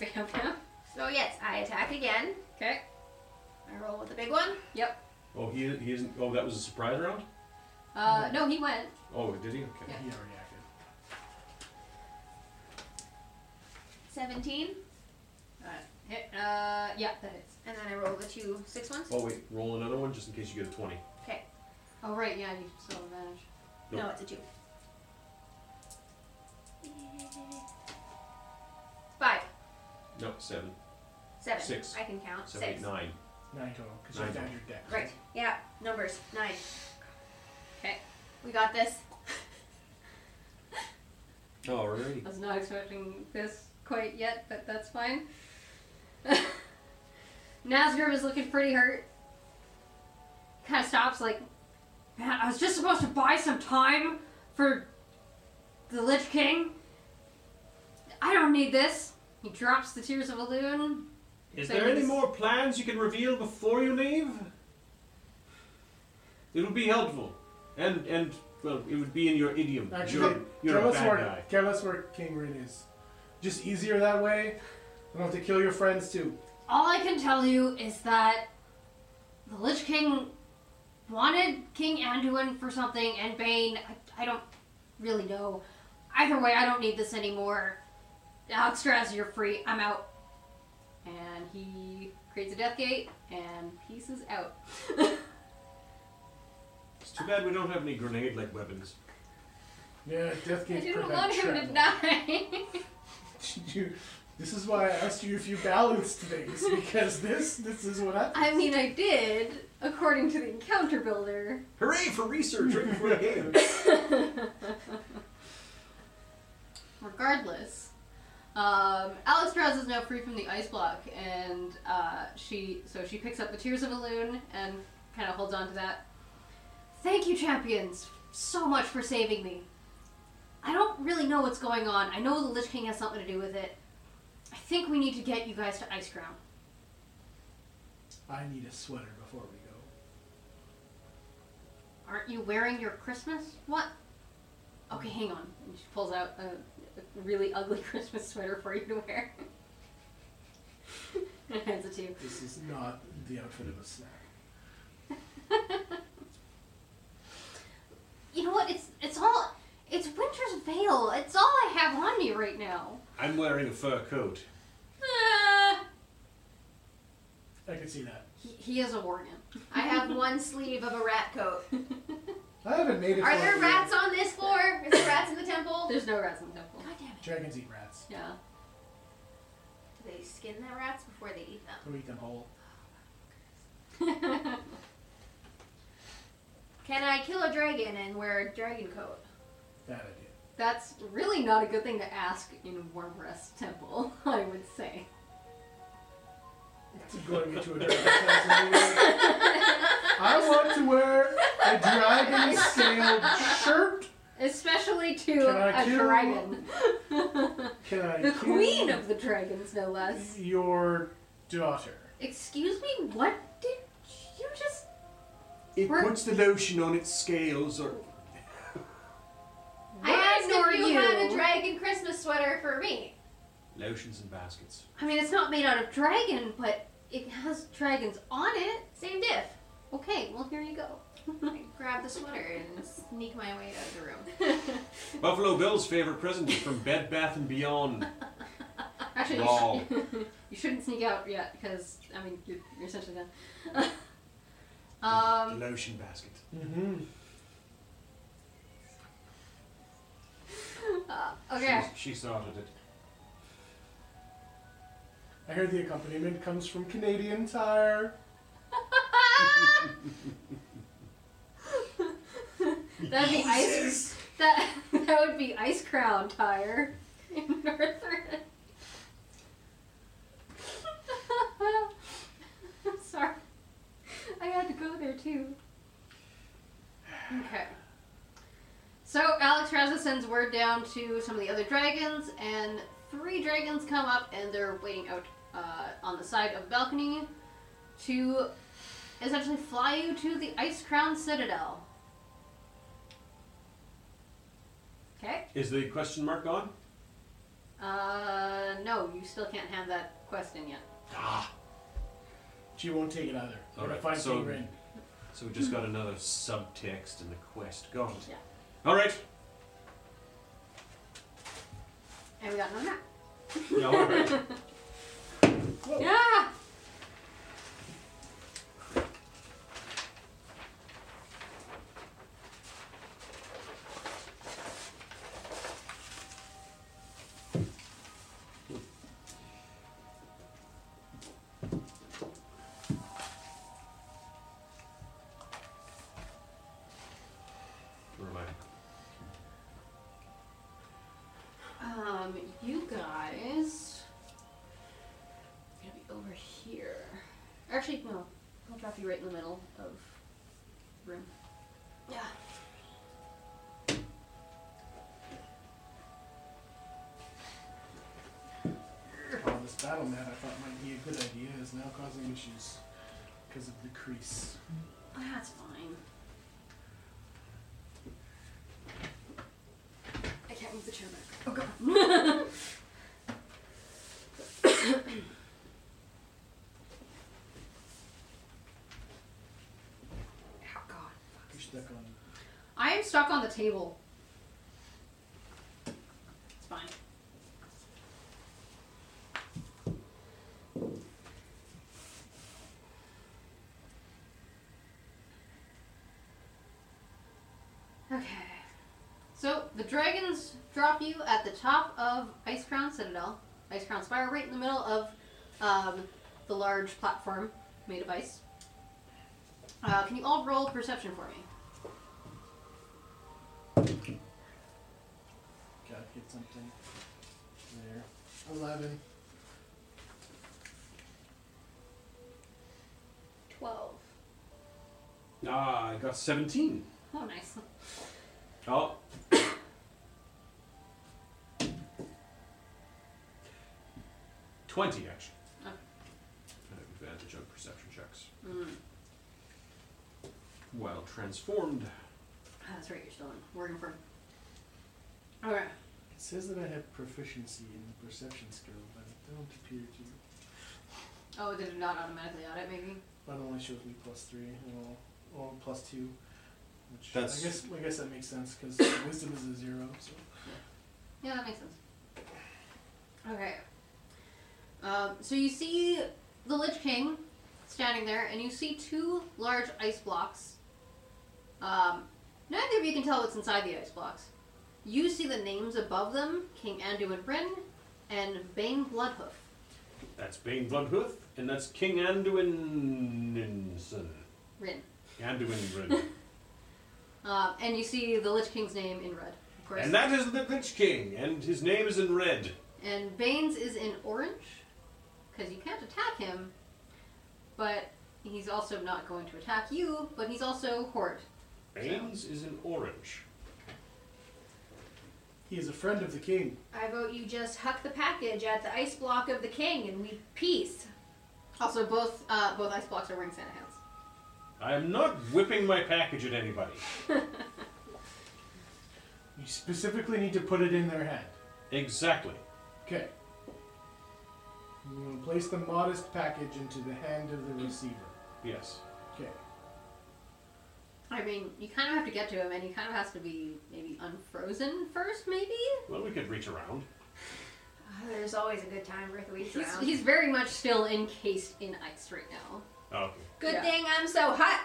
E: bam, bam.
C: So, yes, I attack again.
E: Okay.
C: I roll with the big one.
E: Yep.
D: Oh, he, he isn't. Oh, that was a surprise round?
E: Uh, no, he went.
D: Oh, did he? Okay.
B: He already acted.
C: 17.
E: Uh, hit. Uh, yeah, that hits.
C: And then I roll the two six ones.
D: Oh, wait, roll another one just in case you get a 20.
C: Okay.
E: Oh right, yeah, you still have advantage.
C: No,
D: Nope.
C: it's a two. Five.
D: No, 7,
C: Seven.
D: Six.
C: I can count.
D: seven, eight,
C: Six.
D: nine.
B: 9 total, because
D: Nine
B: you
D: total.
B: found your deck.
C: Right. Yeah. Numbers. Nine.
E: 'Kay.
C: We got this.
D: All right.
E: I was not expecting this quite yet, but that's fine. Nazgrim is looking pretty hurt. Kind of stops, like, man, I was just supposed to buy some time for the Lich King. I don't need this. He drops the Tears of Elune.
D: Is
E: So
D: there any
E: he's-
D: more plans you can reveal before you leave? It'll be helpful, and and well, it would be in your idiom.
B: Actually,
D: you're, you're a
B: careless
D: bad
B: work,
D: guy.
B: careless work, King Rin is just easier that way. You don't have to kill your friends too.
E: All I can tell you is that the Lich King wanted King Anduin for something, and Bane, I, I don't really know. Either way, I don't need this anymore. Outstraz, you're free. I'm out. And he creates a death gate and pieces out.
D: It's too bad we don't have any grenade-like weapons.
B: Yeah, death
E: I
B: gates
E: didn't
B: prevent
E: want him to
B: shrapnel.
E: die.
B: You- this is why I asked you if you balanced things because this this is what I.
E: I mean, I did, according to the encounter builder.
D: Hooray for research right before the game!
E: Regardless, um, Alex Droz is now free from the ice block, and uh, she so she picks up the Tears of Elune and kind of holds on to that. Thank you, champions, so much for saving me. I don't really know what's going on. I know the Lich King has something to do with it. I think we need to get you guys to Ice Crown.
B: I need a sweater before we go.
E: Aren't you wearing your Christmas? What? Okay, hang on. And she pulls out a, a really ugly Christmas sweater for you to wear. and hands it to you.
B: This is not the outfit of a snack.
E: You know what? It's it's all it's winter's veil. It's all I have on me right now.
D: I'm wearing a fur coat.
E: Ah.
B: I can see that.
E: he, he is a warden.
C: I have one sleeve of a rat coat.
B: I haven't made it.
C: Are
B: far
C: there
B: yet.
C: rats on this floor? Is there rats in the temple?
E: There's no rats in the temple.
C: God damn it.
B: Dragons eat rats.
E: Yeah.
C: Do they skin the rats before they eat them?
B: They'll eat them whole.
C: Can I kill a dragon and wear a dragon coat?
B: That I
E: That's really not a good thing to ask in Warmrest Temple, I would say.
B: did. Going into a dragon I want to wear a dragon scaled shirt.
E: Especially to
B: Can I
E: a
B: kill-
E: dragon.
B: Can I?
E: the
B: kill
E: queen of the dragons, no less.
B: your daughter.
E: Excuse me, what did you just.
D: It
E: We're-
D: puts the lotion on its scales, or
C: I asked
E: nor
C: if you, had a
E: you.
C: dragon Christmas sweater for me.
D: lotions and baskets.
E: I mean, it's not made out of dragon, but it has dragons on it.
C: Same diff.
E: Okay, well, here you go.
C: I grab the sweater and sneak my way out of the room.
D: Buffalo Bill's favorite present is from Bed Bath and Beyond.
E: Actually,
D: Wow.
E: you, should, you shouldn't sneak out yet, because, I mean, you're, you're essentially done. um,
D: the lotion basket.
B: Mm-hmm.
E: uh, okay.
D: She, she started it.
B: I hear the accompaniment comes from Canadian Tire.
E: That'd be ice. That that would be Ice Crown Tire in Northern. I'm sorry. I had to go there too. Okay. So Alex Raza sends word down to some of the other dragons, and three dragons come up and they're waiting out uh, on the side of the balcony to essentially fly you to the Ice Crown Citadel. Okay.
D: Is the question mark gone?
E: Uh, no, you still can't have that quest in yet.
D: Ah,
B: She won't take it either.
D: All right,
B: If I
D: so-
B: so, in.
D: so we just got another subtext in the quest. Got it.
E: Yeah.
D: All right.
E: And we got no map.
D: Yeah, all right.
E: Yeah!
D: Where am I?
E: Um, you guys. are gonna be over here. Actually, no. I'll drop you right in the middle of room. Yeah.
B: Oh, this battle mat I thought might be a good idea is now causing issues because of the crease.
E: Oh, That's fine. I can't move the chair back. Oh god. oh god.
B: You're stuck on.
E: I am stuck on the table. It's fine. Okay. So the dragons drop you at the top of Ice Crown Citadel, Ice Crown Spire, right in the middle of um, the large platform made of ice. Uh, can you all roll perception for me?
B: Gotta get something there. Eleven.
C: 12.
D: Ah, I got 17.
E: Oh, nice.
D: Oh. Twenty, actually. I
E: Oh.
D: have
E: Mm-hmm.
D: advantage on perception checks.
E: Mm.
D: While transformed.
E: That's right, you're still in working for him. Alright.
B: It says that I have proficiency in the perception skill, but it don't appear to.
E: Oh, did it not automatically audit, maybe?
B: That only shows me plus three and all, all plus two, which
G: That's-
B: I guess I guess that makes sense because wisdom is a zero. So
E: Yeah, that makes sense. Okay. Um, so you see the Lich King standing there, and you see two large ice blocks. Um, neither of you can tell what's inside the ice blocks. You see the names above them King Anduin Bryn and Bane Bloodhoof.
D: That's Bane Bloodhoof, and that's King Anduinson.
E: Rin.
D: Anduin
E: Um, and you see the Lich King's name in red, of course.
D: And that is the Lich King, and his name is in red.
E: And Bane's is in orange, because you can't attack him, but he's also not going to attack you, but he's also Horde.
D: Bane's is in orange.
B: he is a friend of the king.
C: I vote you just huck the package at the ice block of the king and we peace.
E: Also, both uh, both ice blocks are wearing Santa hats.
D: I am not whipping my package at anybody.
B: You specifically need to put it in their hand.
D: Exactly.
B: Okay. You want to place the modest package into the hand of the receiver.
D: Yes.
B: Okay.
E: I mean, you kind of have to get to him, and he kind of has to be maybe unfrozen first, maybe?
D: Well, we could reach around.
C: Ah, there's always a good time for the week
E: He's, he's very much still encased in ice right now.
D: Oh, okay.
C: Good
E: yeah.
C: thing I'm so hot.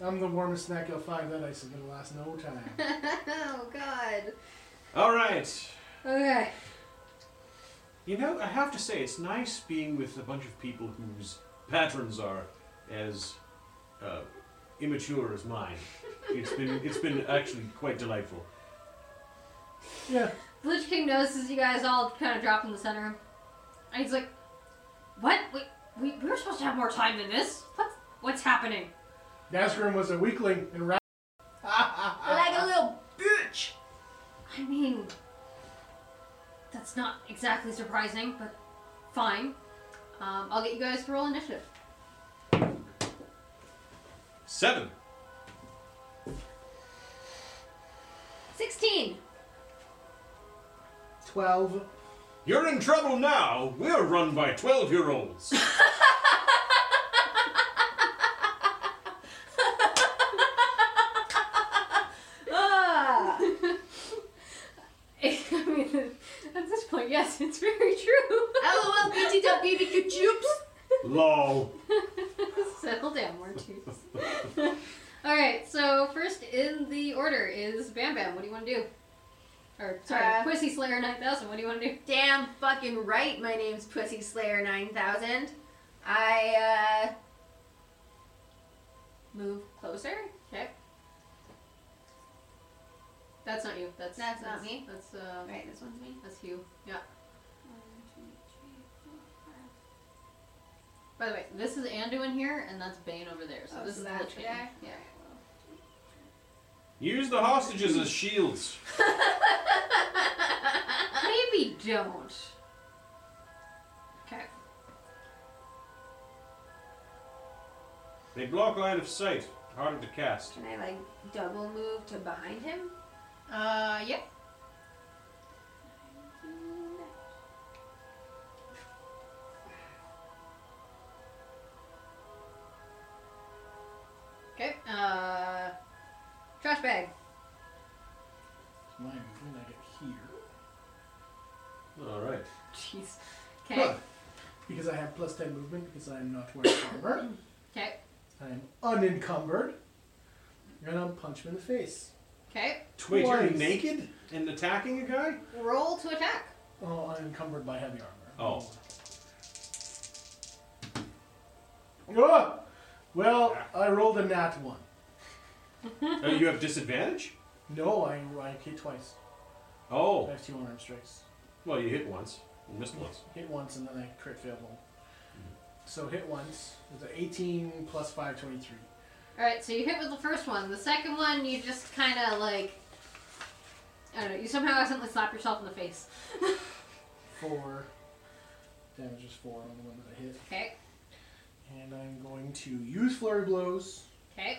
B: I'm the warmest snack you'll find. That ice is gonna last no time.
E: oh, God.
D: All right.
E: Okay.
D: You know, I have to say, it's nice being with a bunch of people whose patterns are as uh, immature as mine. It's been it's been actually quite delightful.
B: yeah.
E: The Lich King notices you guys all kind of drop in the center, and he's like, "What? We, we, we were supposed to have more time than this. What? What's happening?"
B: Nazgrim was a weakling and ra-
C: like
E: Uh,
C: a little bitch.
E: I mean, that's not exactly surprising, but fine. Um, I'll get you guys to roll initiative.
D: Seven.
E: Sixteen.
B: twelve.
D: You're in trouble now. We're run by twelve-year-olds.
C: Ah.
E: I mean, at this point, yes, it's very true.
C: LOL BTW jupes.
D: Lol.
E: Settle down, more tubes. All right. So first in the order is Bam Bam. What do you want to do? Or sorry,
C: Uh,
E: Pussy Slayer Nine Thousand. What do you want to do?
C: Damn fucking right. My name's Pussy Slayer 9000. I uh
E: Move closer. Okay. That's not you. That's
C: That's not me.
E: That's uh.
C: right, this one's me.
E: That's you. Yeah. By the way, this is Anduin here, and that's Bane over there. So
C: Oh,
E: this
C: so
E: is
C: that's
E: the chain.
C: okay.
E: Yeah.
D: Use the hostages as shields.
E: Maybe don't. Okay.
D: They block line of sight. Harder to cast.
C: Can I like double move to behind him?
E: Uh, yeah. Okay. Uh, trash bag.
B: My movement. I get here
D: All right.
E: Jeez. Okay.
B: because I have plus ten movement because I am not wearing armor.
E: Okay.
B: I am unencumbered. And I'll punch him in the face.
E: Okay.
D: Wait, you're
B: Twice.
D: naked and attacking a guy?
E: Roll to attack.
B: Oh, I'm encumbered by heavy armor.
D: Oh.
B: Ah! Well, I rolled a nat one.
D: Oh, you have disadvantage.
B: No, I, I hit twice. I
D: Oh.
B: have two unarmed strikes.
D: Well, you hit once. You missed once.
B: Hit once and then I crit failed one.
D: Mm-hmm.
B: So hit once. It's an 18 plus 5, 23.
E: All right. So you hit with the first one. The second one, you just kind of like. I don't know. You somehow accidentally slap yourself in the face.
B: 4. Damage is 4 on the one that I hit.
E: Okay.
B: And I'm going to use Flurry Blows.
E: Okay.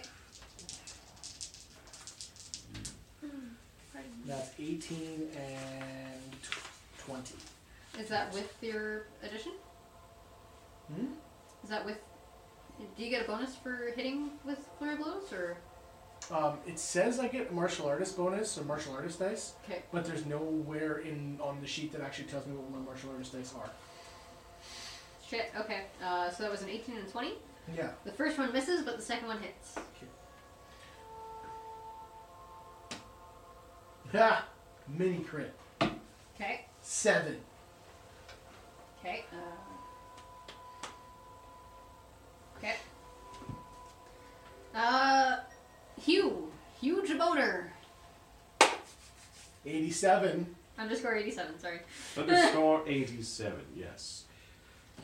B: That's 18 and 20.
E: Is that with your addition?
B: Hmm?
E: Is that with? Do you get a bonus for hitting with clear blows or?
B: Um, it says I get a martial artist bonus or martial artist dice,
E: Okay.
B: but there's nowhere in on the sheet that actually tells me what my martial artist dice are.
E: Shit. Okay. Uh, so that was an 18 and 20.
B: Yeah.
E: The first one misses, but the second one hits.
B: Ha! Mini crit.
E: Okay.
B: Seven.
E: Okay. Uh, okay. Uh, Hugh. Huge boner.
B: 87.
E: Underscore 87. Sorry.
D: Underscore 87, yes.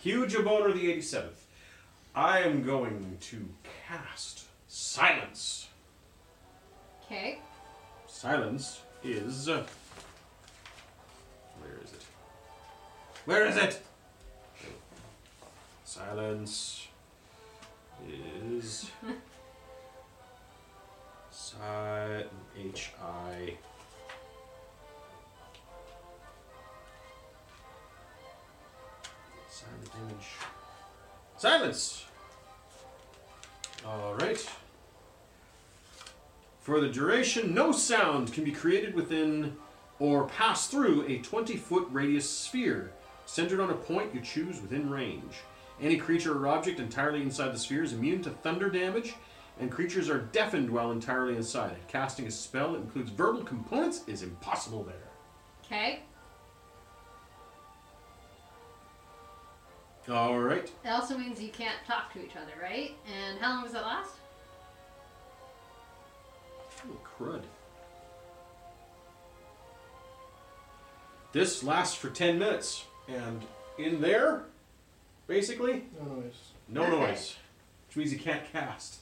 D: Huge aboner the 87th. I am going to cast Silence.
E: Okay.
D: Silence is. Where is it? Where is it? Silence is. Si- H I. Silent image. Silence! Alright. For the duration, no sound can be created within or pass through a 20 foot radius sphere centered on a point you choose within range. Any creature or object entirely inside the sphere is immune to thunder damage, and creatures are deafened while entirely inside it. Casting a spell that includes verbal components is impossible there.
E: Okay.
D: Alright.
E: It also means you can't talk to each other, right? And how long does that last?
D: Oh, crud. This lasts for 10 minutes, and in there, basically,
B: No noise.
D: No
E: Okay.
D: noise. Which means you can't cast.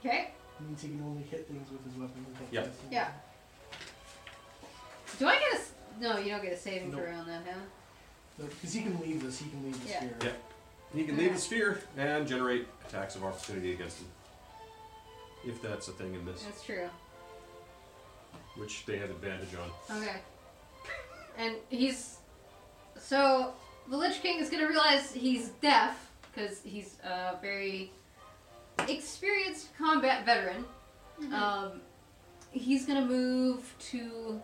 E: Okay.
B: Means he can only hit things with his weapon.
D: Yeah.
E: Yeah. Do I get a? s- No, you don't get a saving
B: Nope.
E: throw on that, huh?
B: Because he can leave this. He can leave this
E: Yeah.
B: here.
D: Yeah. He can leave the sphere and generate attacks of opportunity against him. If that's a thing in this,
E: That's true.
D: which they have advantage on.
E: Okay. And he's so the Lich King is gonna realize he's deaf because he's a very experienced combat veteran. Um, he's gonna move to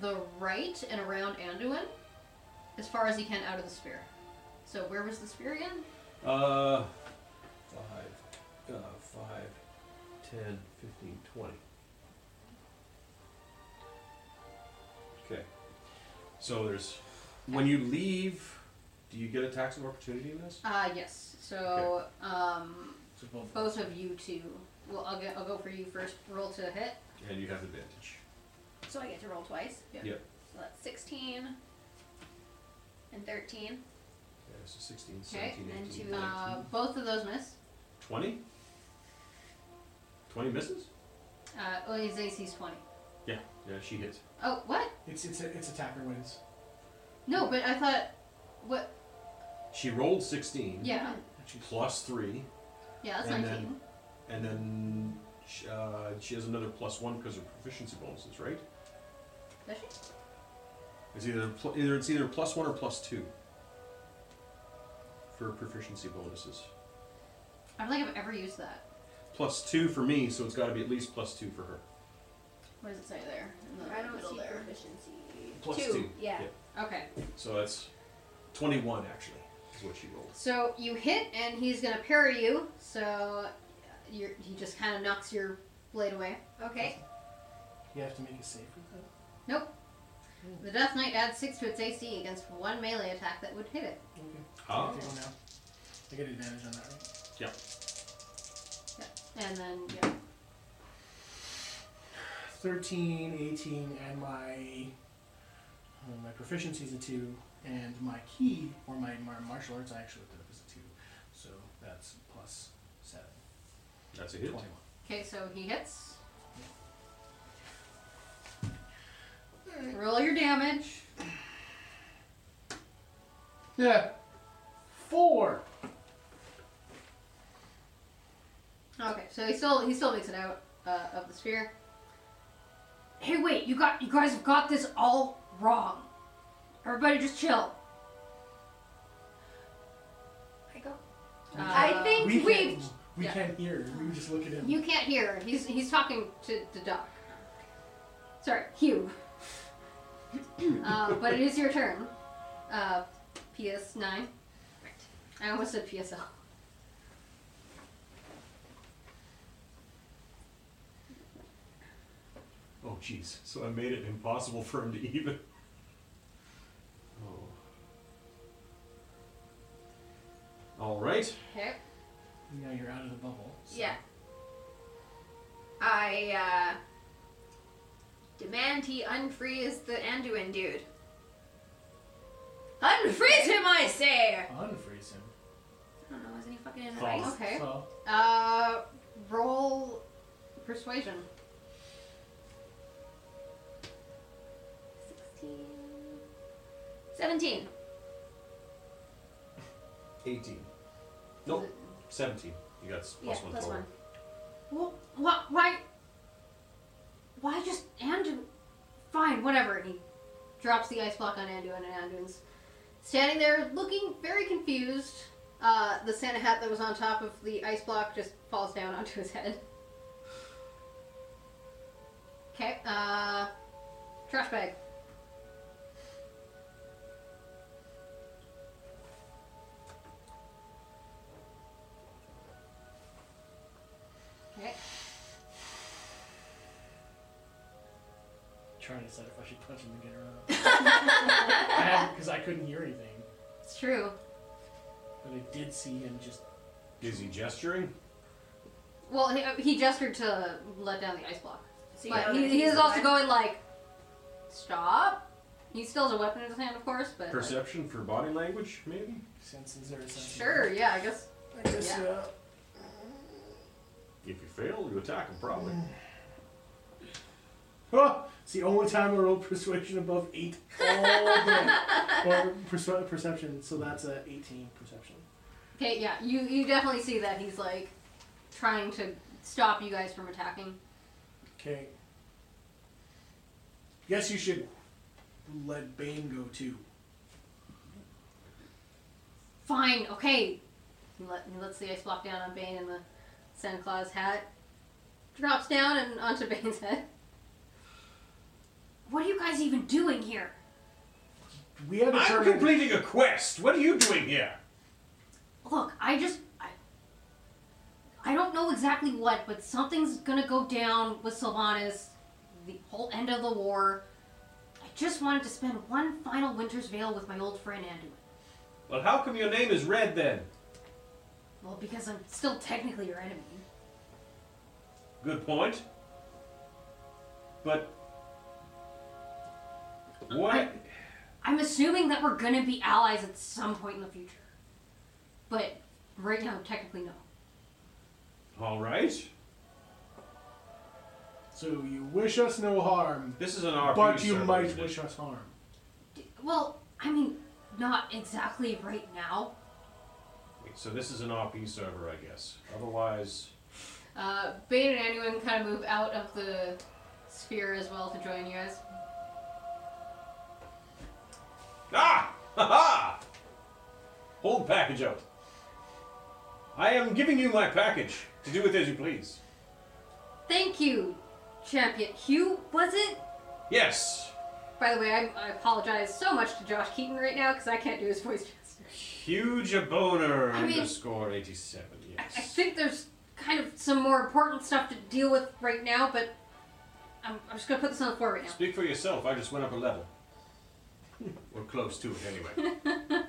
E: the right and around Anduin as far as he can out of the sphere. So where was the sphere again?
D: Uh, 5, uh, 5, 10, 15, 20. Okay. So there's. When you leave, do you get attacks of opportunity in this?
E: Uh, yes. So um,
B: So both.
E: both of you two. Well, I'll, get, I'll go for you first. Roll to hit.
D: And you have advantage.
E: So I get to roll twice.
D: Yeah.
E: So that's 16 and 13.
D: Yeah, so 16,
E: Okay,
D: 17,
E: and
D: 18,
E: two. Uh,
D: 19.
E: both of those miss.
D: 20? 20 misses?
E: Uh, well, his AC's 20.
D: Yeah. Yeah, she hits.
E: Oh, what?
B: It's it's it's attacker wins.
E: No, but I thought. What?
D: She rolled 16.
E: Yeah.
B: Which is-
D: Plus 3.
E: Yeah, that's
D: Mm-hmm. And
E: 19.
D: then- And then sh uh, she has another plus 1 because of proficiency bonuses, right?
E: Does she?
D: It's either, pl- either It's either plus 1 or plus 2 for proficiency bonuses.
E: I don't think I've ever used that.
D: Plus 2 for me, so it's got to be at least plus 2 for her.
E: What does it say there? In the
G: I don't
E: middle
G: see
E: there.
G: proficiency.
D: Plus
G: two.
D: two,
G: Yeah.
D: yeah.
E: Okay.
D: So that's 21, actually, is what she rolled.
E: So you hit, and he's going to parry you. So uh, you're, he just kind of knocks your blade away. Okay.
B: You have to make a save with that.
E: Nope. The Death Knight adds 6 to its AC against one melee attack that would hit it.
B: Okay.
D: Ah.
B: I, now. I get advantage on that, right?
E: And then, yeah.
B: 13, 18, and my uh, my proficiency is a 2, and my key, or my, my martial arts, I actually looked it up as a 2. So that's plus 7.
D: That's a hit.
B: 21.
E: Okay, so he hits. Roll your damage.
B: Yeah. 4!
E: Okay, so he still he still makes it out uh, of the sphere. Hey, wait! You got you guys have got this all wrong. Everybody, just chill.
C: I go.
B: We
C: I think
B: We
C: we.
B: can't, we
E: yeah.
B: can't hear. We just look at him.
E: You can't hear. He's he's talking to, to Doc. Sorry, Hugh. uh, but it is your turn. Uh, PS nine. I almost said PSL.
D: Oh, jeez. So I made it impossible for him to even. Oh. All right.
E: Okay.
B: Now you're out of the bubble. so-
C: Yeah. I uh, demand he unfreeze the Anduin dude. uh, Unfreeze him, I say! I
B: Unfreeze him.
C: don't know, isn't he fucking in the
D: False.
C: ice?
E: Okay.
B: Well,
E: Uh, roll persuasion.
C: 16. 17.
D: 18. Nope. 17. You got s- plus
C: yeah,
D: one
C: plus
D: forward.
C: one.
E: Well, why, why, why just Anduin? Fine, whatever. And he drops the ice block on Anduin, and Anduin's standing there looking very confused. Uh, the Santa hat that was on top of the ice block just falls down onto his head. Okay, uh, trash bag. Okay.
B: trying to decide if I should punch him to get her out. I haven't because I couldn't hear anything,
E: It's true.
B: but I did see him just.
D: Is he gesturing?
E: Well, he, he gestured to let down the ice block.
C: So you know
E: But
C: that
E: he, he
C: he's
E: is also
C: alive.
E: going like, stop. He still has a weapon in his hand, of course, but like,
D: Perception for body language, maybe?
B: Senses are sensitive.
E: sure, yeah, I guess.
B: I guess,
E: Yeah.
B: yeah.
D: If you fail, you attack him, probably.
B: Oh, it's the only time I rolled persuasion above eight all day. or persu- perception, so that's a 18 perception.
E: Okay, yeah, you you definitely see that he's like trying to stop you guys from attacking.
B: Okay. Yes, you should let Bane go too.
E: Fine, okay. He, let, he lets the ice block down on Bane in the Santa Claus hat. Drops down and onto Bane's head. What are you guys even doing here?
B: We had
D: I'm
B: determined.
D: completing a quest! What are you doing here?
E: Look, I just. I, I don't know exactly what, but something's gonna go down with Sylvanas, the whole end of the war. I just wanted to spend one final Winter's Veil with my old friend Anduin.
D: Well, how come your name is Red then?
E: Well, because I'm still technically your enemy.
D: Good point. But. What?
E: I'm assuming that we're gonna be allies at some point in the future. But right now, technically, no.
D: Alright.
B: so you wish us no harm,
D: This is an RPG.
B: but you
D: server,
B: might
D: isn't it?
B: wish us harm.
E: D- Well, I mean, not exactly right now.
D: Wait, so this is an RP server, I guess. Otherwise,
E: Uh, Bane and Anduin kind of move out of the sphere as well to join you guys.
D: ah, ha ha! Hold package out. I am giving you my package to do with as you please.
E: Thank you, champion. Hugh, was it?
D: Yes,
E: By the way, I, I apologize so much to Josh Keaton right now because I can't do his voice justice.
D: huge a boner
E: I mean-
D: underscore eighty seven.
E: I, I
D: Yes.
E: think there's kind of some more important stuff to deal with right now, but I'm, I'm just gonna put this on the floor right now.
D: Speak for yourself. I just went up a level. We're close to it anyway.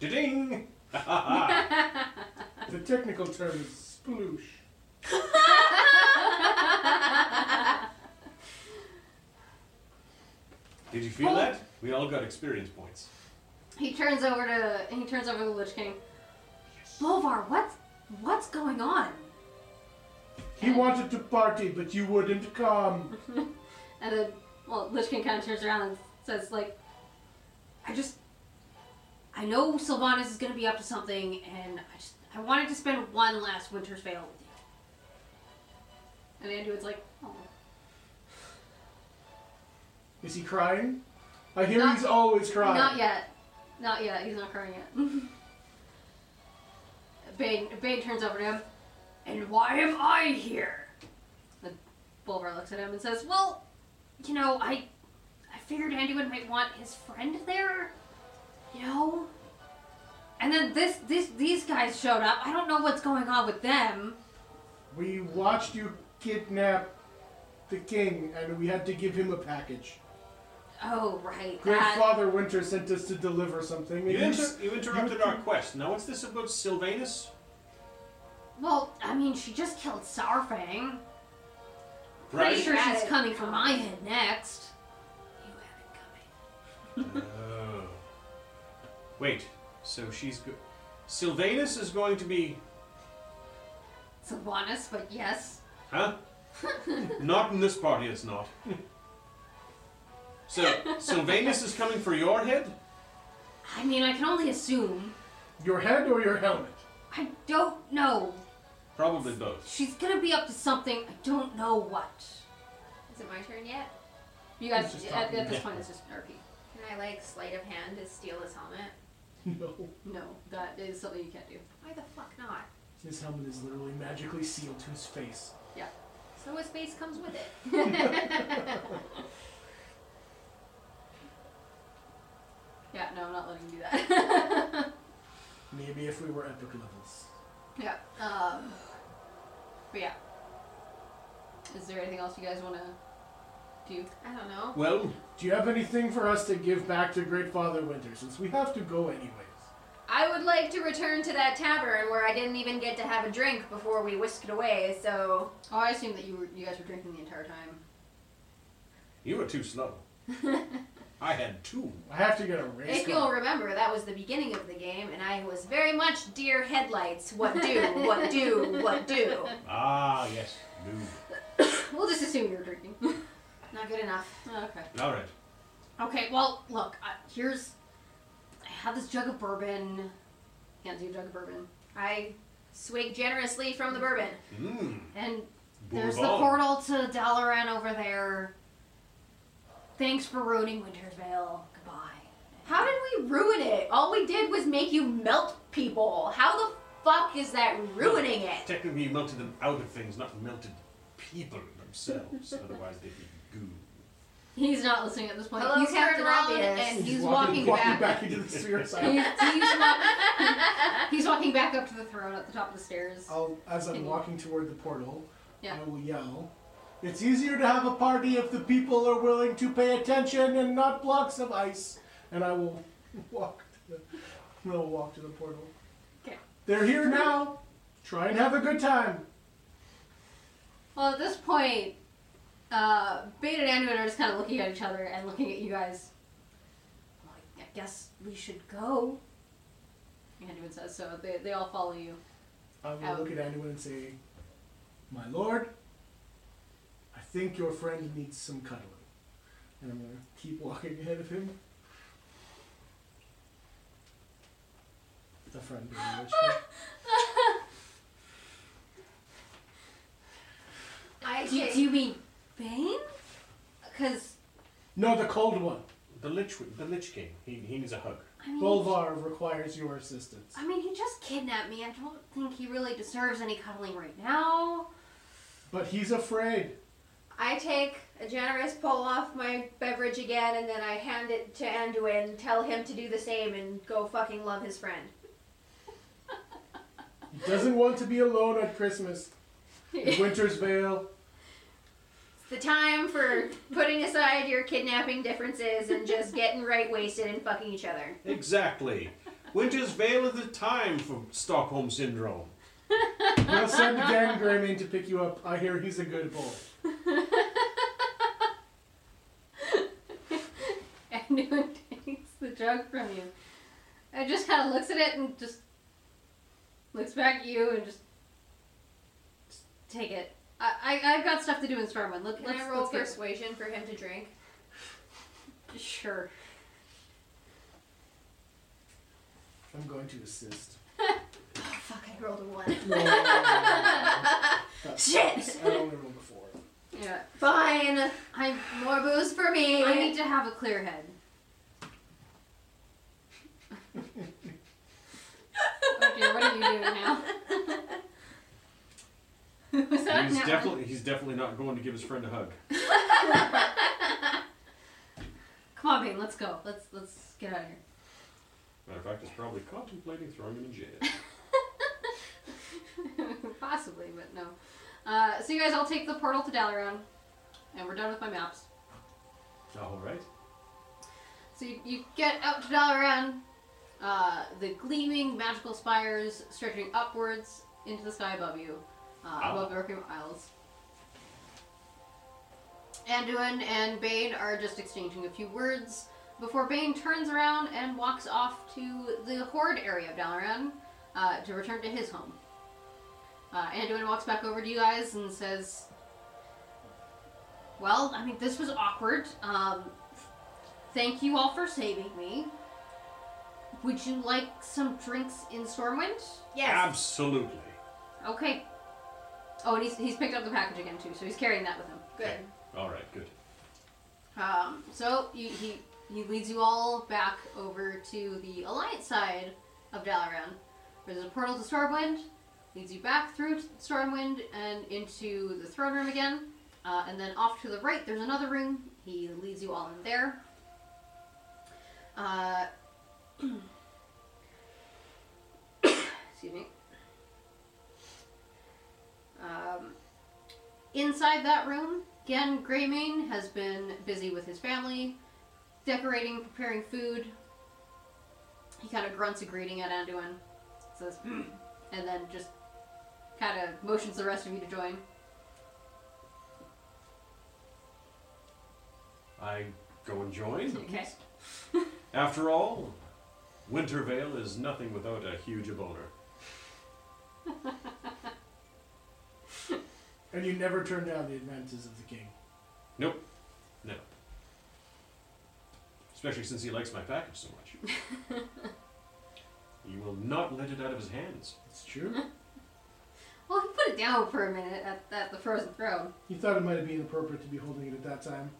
D: Da-ding! Ha ha ha!
B: The technical term is sploosh.
D: Did you feel that? We all got experience points.
E: He turns over to he turns over to the Lich King. Bovar, what's what's going on?
B: He wanted to party, but you wouldn't come.
E: And then, well, Lishkin kind of turns around and says, like, I just, I know Sylvanas is going to be up to something, and I just, I wanted to spend one last winter's veil with you. And Anduin's like, oh.
B: Is he crying? I hear
E: Not-
B: he's always crying.
E: Not yet. Not yet. He's not crying yet. Bane, Bane turns over to him. And why am I here? The Bulvar looks at him and says, Well, you know, I I figured Anduin might want his friend there. You know? And then this, this these guys showed up. I don't know what's going on with them.
B: We watched you kidnap the king, and we had to give him a package.
E: Uh, Oh right.
B: Great
E: that-
B: Father Winter sent us to deliver something.
D: You,
B: and you
D: inter-
B: s-
D: you interrupted our quest. Now, what's this about Sylvanus?
E: well, I mean she just killed Sarfang.
D: Right?
E: Pretty sure
C: had
E: she's
C: it
E: coming for my head next. You had it coming.
D: Oh. Wait, so she's. Go- Sylvanus is going to be.
E: Sylvanas, but yes.
D: Huh? not in this party, it's not. So, Sylvanus is coming for your head?
E: I mean, I can only assume.
B: Your head or your helmet?
E: I don't know.
D: Probably both.
E: She's gonna be up to something. I don't know what.
C: Is it my turn yet?
E: You
B: He's
E: guys,
B: just
E: at,
B: talking.
E: at this
D: Yeah.
E: point, it's just nerdy.
C: Can I like sleight of hand to steal his helmet?
B: No.
E: No, that is something you can't do.
C: Why the fuck not?
B: His helmet is literally magically sealed to his face.
C: So his face comes with it.
E: Yeah, no, I'm not letting you do that.
B: Maybe if we were epic levels.
E: yeah. Um. But yeah. Is there anything else you guys want to do?
C: I don't know.
D: Well,
B: Do you have anything for us to give back to Great Father Winter since we have to go anyways?
C: I would like to return to that tavern where I didn't even get to have a drink before we whisked away. So
E: Oh, I assume that you were, you guys were drinking the entire time.
D: you were too slow. I had two.
B: I have to get a race
C: if you'll
B: car.
C: remember, that was the beginning of the game, and I was very much deer headlights. What do? What do? What do?
D: Ah, yes. Move.
E: We'll just assume you were drinking.
C: Not good enough.
E: okay.
D: Alright.
E: Okay, well, look, I, here's. I have this jug of bourbon. Can't do a jug of bourbon.
C: I swig generously from the bourbon.
D: Mmm.
E: And there's the
D: Bourbon.
E: portal to Dalaran over there. Thanks for ruining Wintervale. Goodbye.
C: How did we ruin it? All we did was make you melt people. How the fuck is that ruining it?
D: Technically, you melted them out of things, not melted people themselves. Otherwise, they'd be goo.
E: He's not listening at this point.
C: Hello,
E: he's turned
C: Captain
E: around
C: Obvious.
E: and he's,
B: He's
E: walking, back.
B: into the sphere
E: He's,
B: side.
E: he's, wa- he's walking back up to the throne at the top of the stairs.
B: I'll, as I'm walking toward the portal,
E: Yeah.
B: I will yell. It's easier to have a party if the people are willing to pay attention and not blocks of ice. And I will walk to the, I'll walk to the portal.
E: Okay.
B: They're here now. Try and have a good time.
E: Well, at this point, uh, Bane and Anduin are just kind of looking at each other and looking at you guys. Well, I guess we should go. Anduin says so. They, they all follow you.
B: I will
E: Out.
B: look at anyone and say, My lord, I think your friend needs some cuddling. And I'm going to keep walking ahead of him. The friend being which
C: I
E: Do you, do you mean Bane? Because
B: No, the cold one.
D: The Lich, the Lich King. He, he needs a hug.
E: I mean,
B: Bolvar requires your assistance.
E: I mean, he just kidnapped me. I don't think he really deserves any cuddling right now.
B: But he's afraid.
C: I take a generous pull off my beverage again, and then I hand it to Anduin, tell him to do the same, and go fucking love his friend.
B: He doesn't want to be alone at Christmas. In Winter's Vale.
C: It's the time for putting aside your kidnapping differences and just getting right wasted and fucking each other.
D: Exactly. Winter's Veil is the time for Stockholm Syndrome.
B: We'll send Dan Grayman to pick you up. I hear he's a good boy.
E: Anduin takes the jug from you. And just kind of looks at it and just looks back at you and just, just take it. I, I I've got stuff to do in Stormwind. Look,
C: Can
E: let's,
C: I roll
E: let's get-
C: persuasion for him to drink?
E: Sure.
B: I'm going to assist.
C: Fuck, I rolled a one.
B: No, no, no, no,
C: Shit!
B: no. I only rolled a four.
E: Yeah.
C: Fine!
E: I
C: More booze for me!
E: I need to have a clear head. oh dear, what are you doing now? Was that
D: He's
E: now?
D: definitely he's definitely not going to give his friend a hug.
E: Come on, Bane, let's go. Let's let's get out of here.
D: Matter of fact, he's probably contemplating throwing him in jail.
E: Possibly, but no. Uh, so you guys, I'll take the portal to Dalaran, and we're done with my maps.
D: All right.
E: So you, you get out to Dalaran. Uh, the gleaming magical spires stretching upwards into the sky above you, uh,
D: Wow.
E: above the Orkim Isles. Anduin and Bane are just exchanging a few words before Bane turns around and walks off to the Horde area of Dalaran uh, to return to his home. Uh, Anduin walks back over to you guys and says, Well, I mean, this was awkward. Um, Thank you all for saving me. Would you like some drinks in Stormwind?
C: Yes!
D: Absolutely.
E: Okay. Oh, and he's, he's picked up the package again too, so he's carrying that with him.
C: Good.
D: All right. Good.
E: Um, so you, he he leads you all back over to the Alliance side of Dalaran. There's a portal to Stormwind, leads you back through to Stormwind and into the throne room again. Uh, and then off to the right, there's another room. He leads you all in there. Uh, excuse me. Um, Inside that room, Gen Greymane has been busy with his family, decorating, preparing food. He kind of grunts a greeting at Anduin, says, "Hmm," and then just kind of motions the rest of you to join.
D: I go and join.
E: Okay.
D: After all, Wintervale is nothing without a huge boner.
B: And you never turn down the advances of the king.
D: Nope. No. Especially since he likes my package so much. you will not let it out of his hands.
B: It's true.
E: Well, he put it down for a minute at, at the Frozen Throne.
B: He thought it might have been inappropriate to be holding it at that time.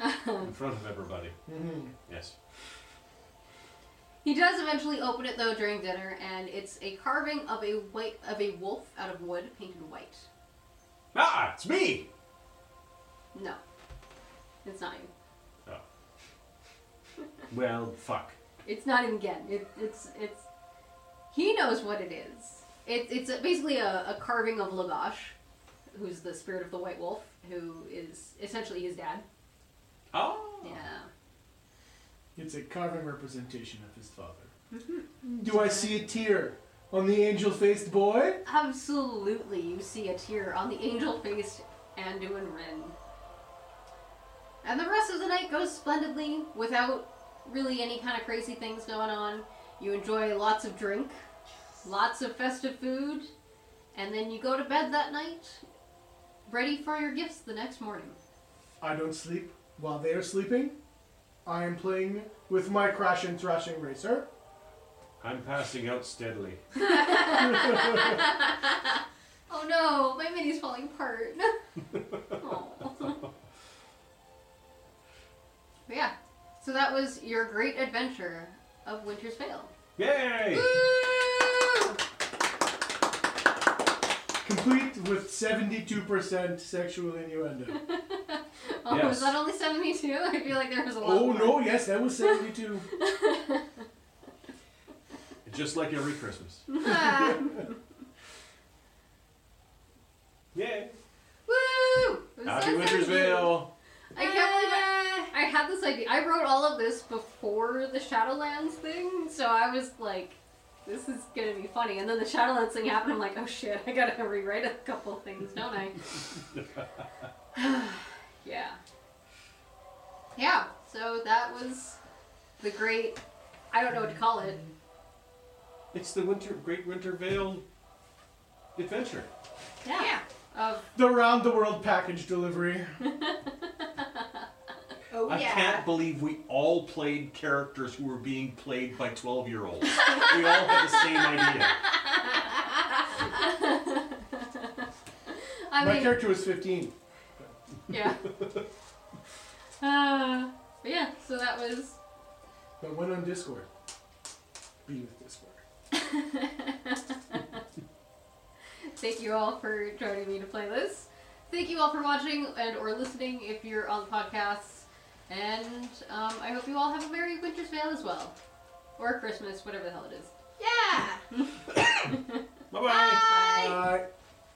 D: In front of everybody.
B: Mm-hmm.
D: Yes.
E: He does eventually open it though during dinner, and it's a carving of a white of a wolf out of wood painted white.
D: Ah, it's me!
E: No, it's not you.
D: Oh. well, fuck.
E: It's not even Gen. It, it's it's he knows what it is. It, it's a, basically a, a carving of Lagash, who's the spirit of the White Wolf, who is essentially his dad. Um,
D: Oh!
E: Yeah.
B: It's a carving representation of his father. Do I see a tear on the angel faced boy?
E: Absolutely, you see a tear on the angel faced Anduin Rin. And the rest of the night goes splendidly without really any kind of crazy things going on. You enjoy lots of drink, lots of festive food, and then you go to bed that night ready for your gifts the next morning.
B: I don't sleep while they are sleeping. I am playing with my crash and thrashing racer.
D: I'm passing out steadily.
E: Oh no, my mini's falling apart. Aw. but yeah, so that was your great adventure of Winter's Veil.
D: Yay!
B: Complete with 72% sexual innuendo.
E: Oh,
D: Yes.
E: was that only 72? I feel like there was a lot.
B: oh
E: more.
B: no, yes, that was 72.
D: Just like every Christmas. Yay!
E: Woo! It was
D: Happy
E: so
D: Winter's
E: exciting.
D: Veil!
E: I can't believe I, I had this idea. I wrote all of this before the Shadowlands thing, so I was like, this is gonna be funny. And then the Shadowlands thing happened, I'm like, oh shit, I gotta rewrite a couple things, don't I? yeah. Yeah, so that was the great, I don't know what to call it.
D: It's the winter, Great Winter Veil adventure.
C: Uh,
E: Yeah. Of
B: The round the world package delivery.
C: Oh
D: I
C: yeah.
D: can't believe we all played characters who were being played by 12 year olds. we all had the same idea.
E: I
B: My
E: mean,
B: character was 15.
E: yeah. Uh, but yeah, so that was.
B: But went on Discord. Beat with Discord.
E: Thank you all for joining me to play this. Thank you all for watching and or listening if you're on the podcast. And um, I hope you all have a merry Winter's Veil as well, or Christmas, whatever the hell it is.
C: Yeah.
D: Bye bye.
B: Bye.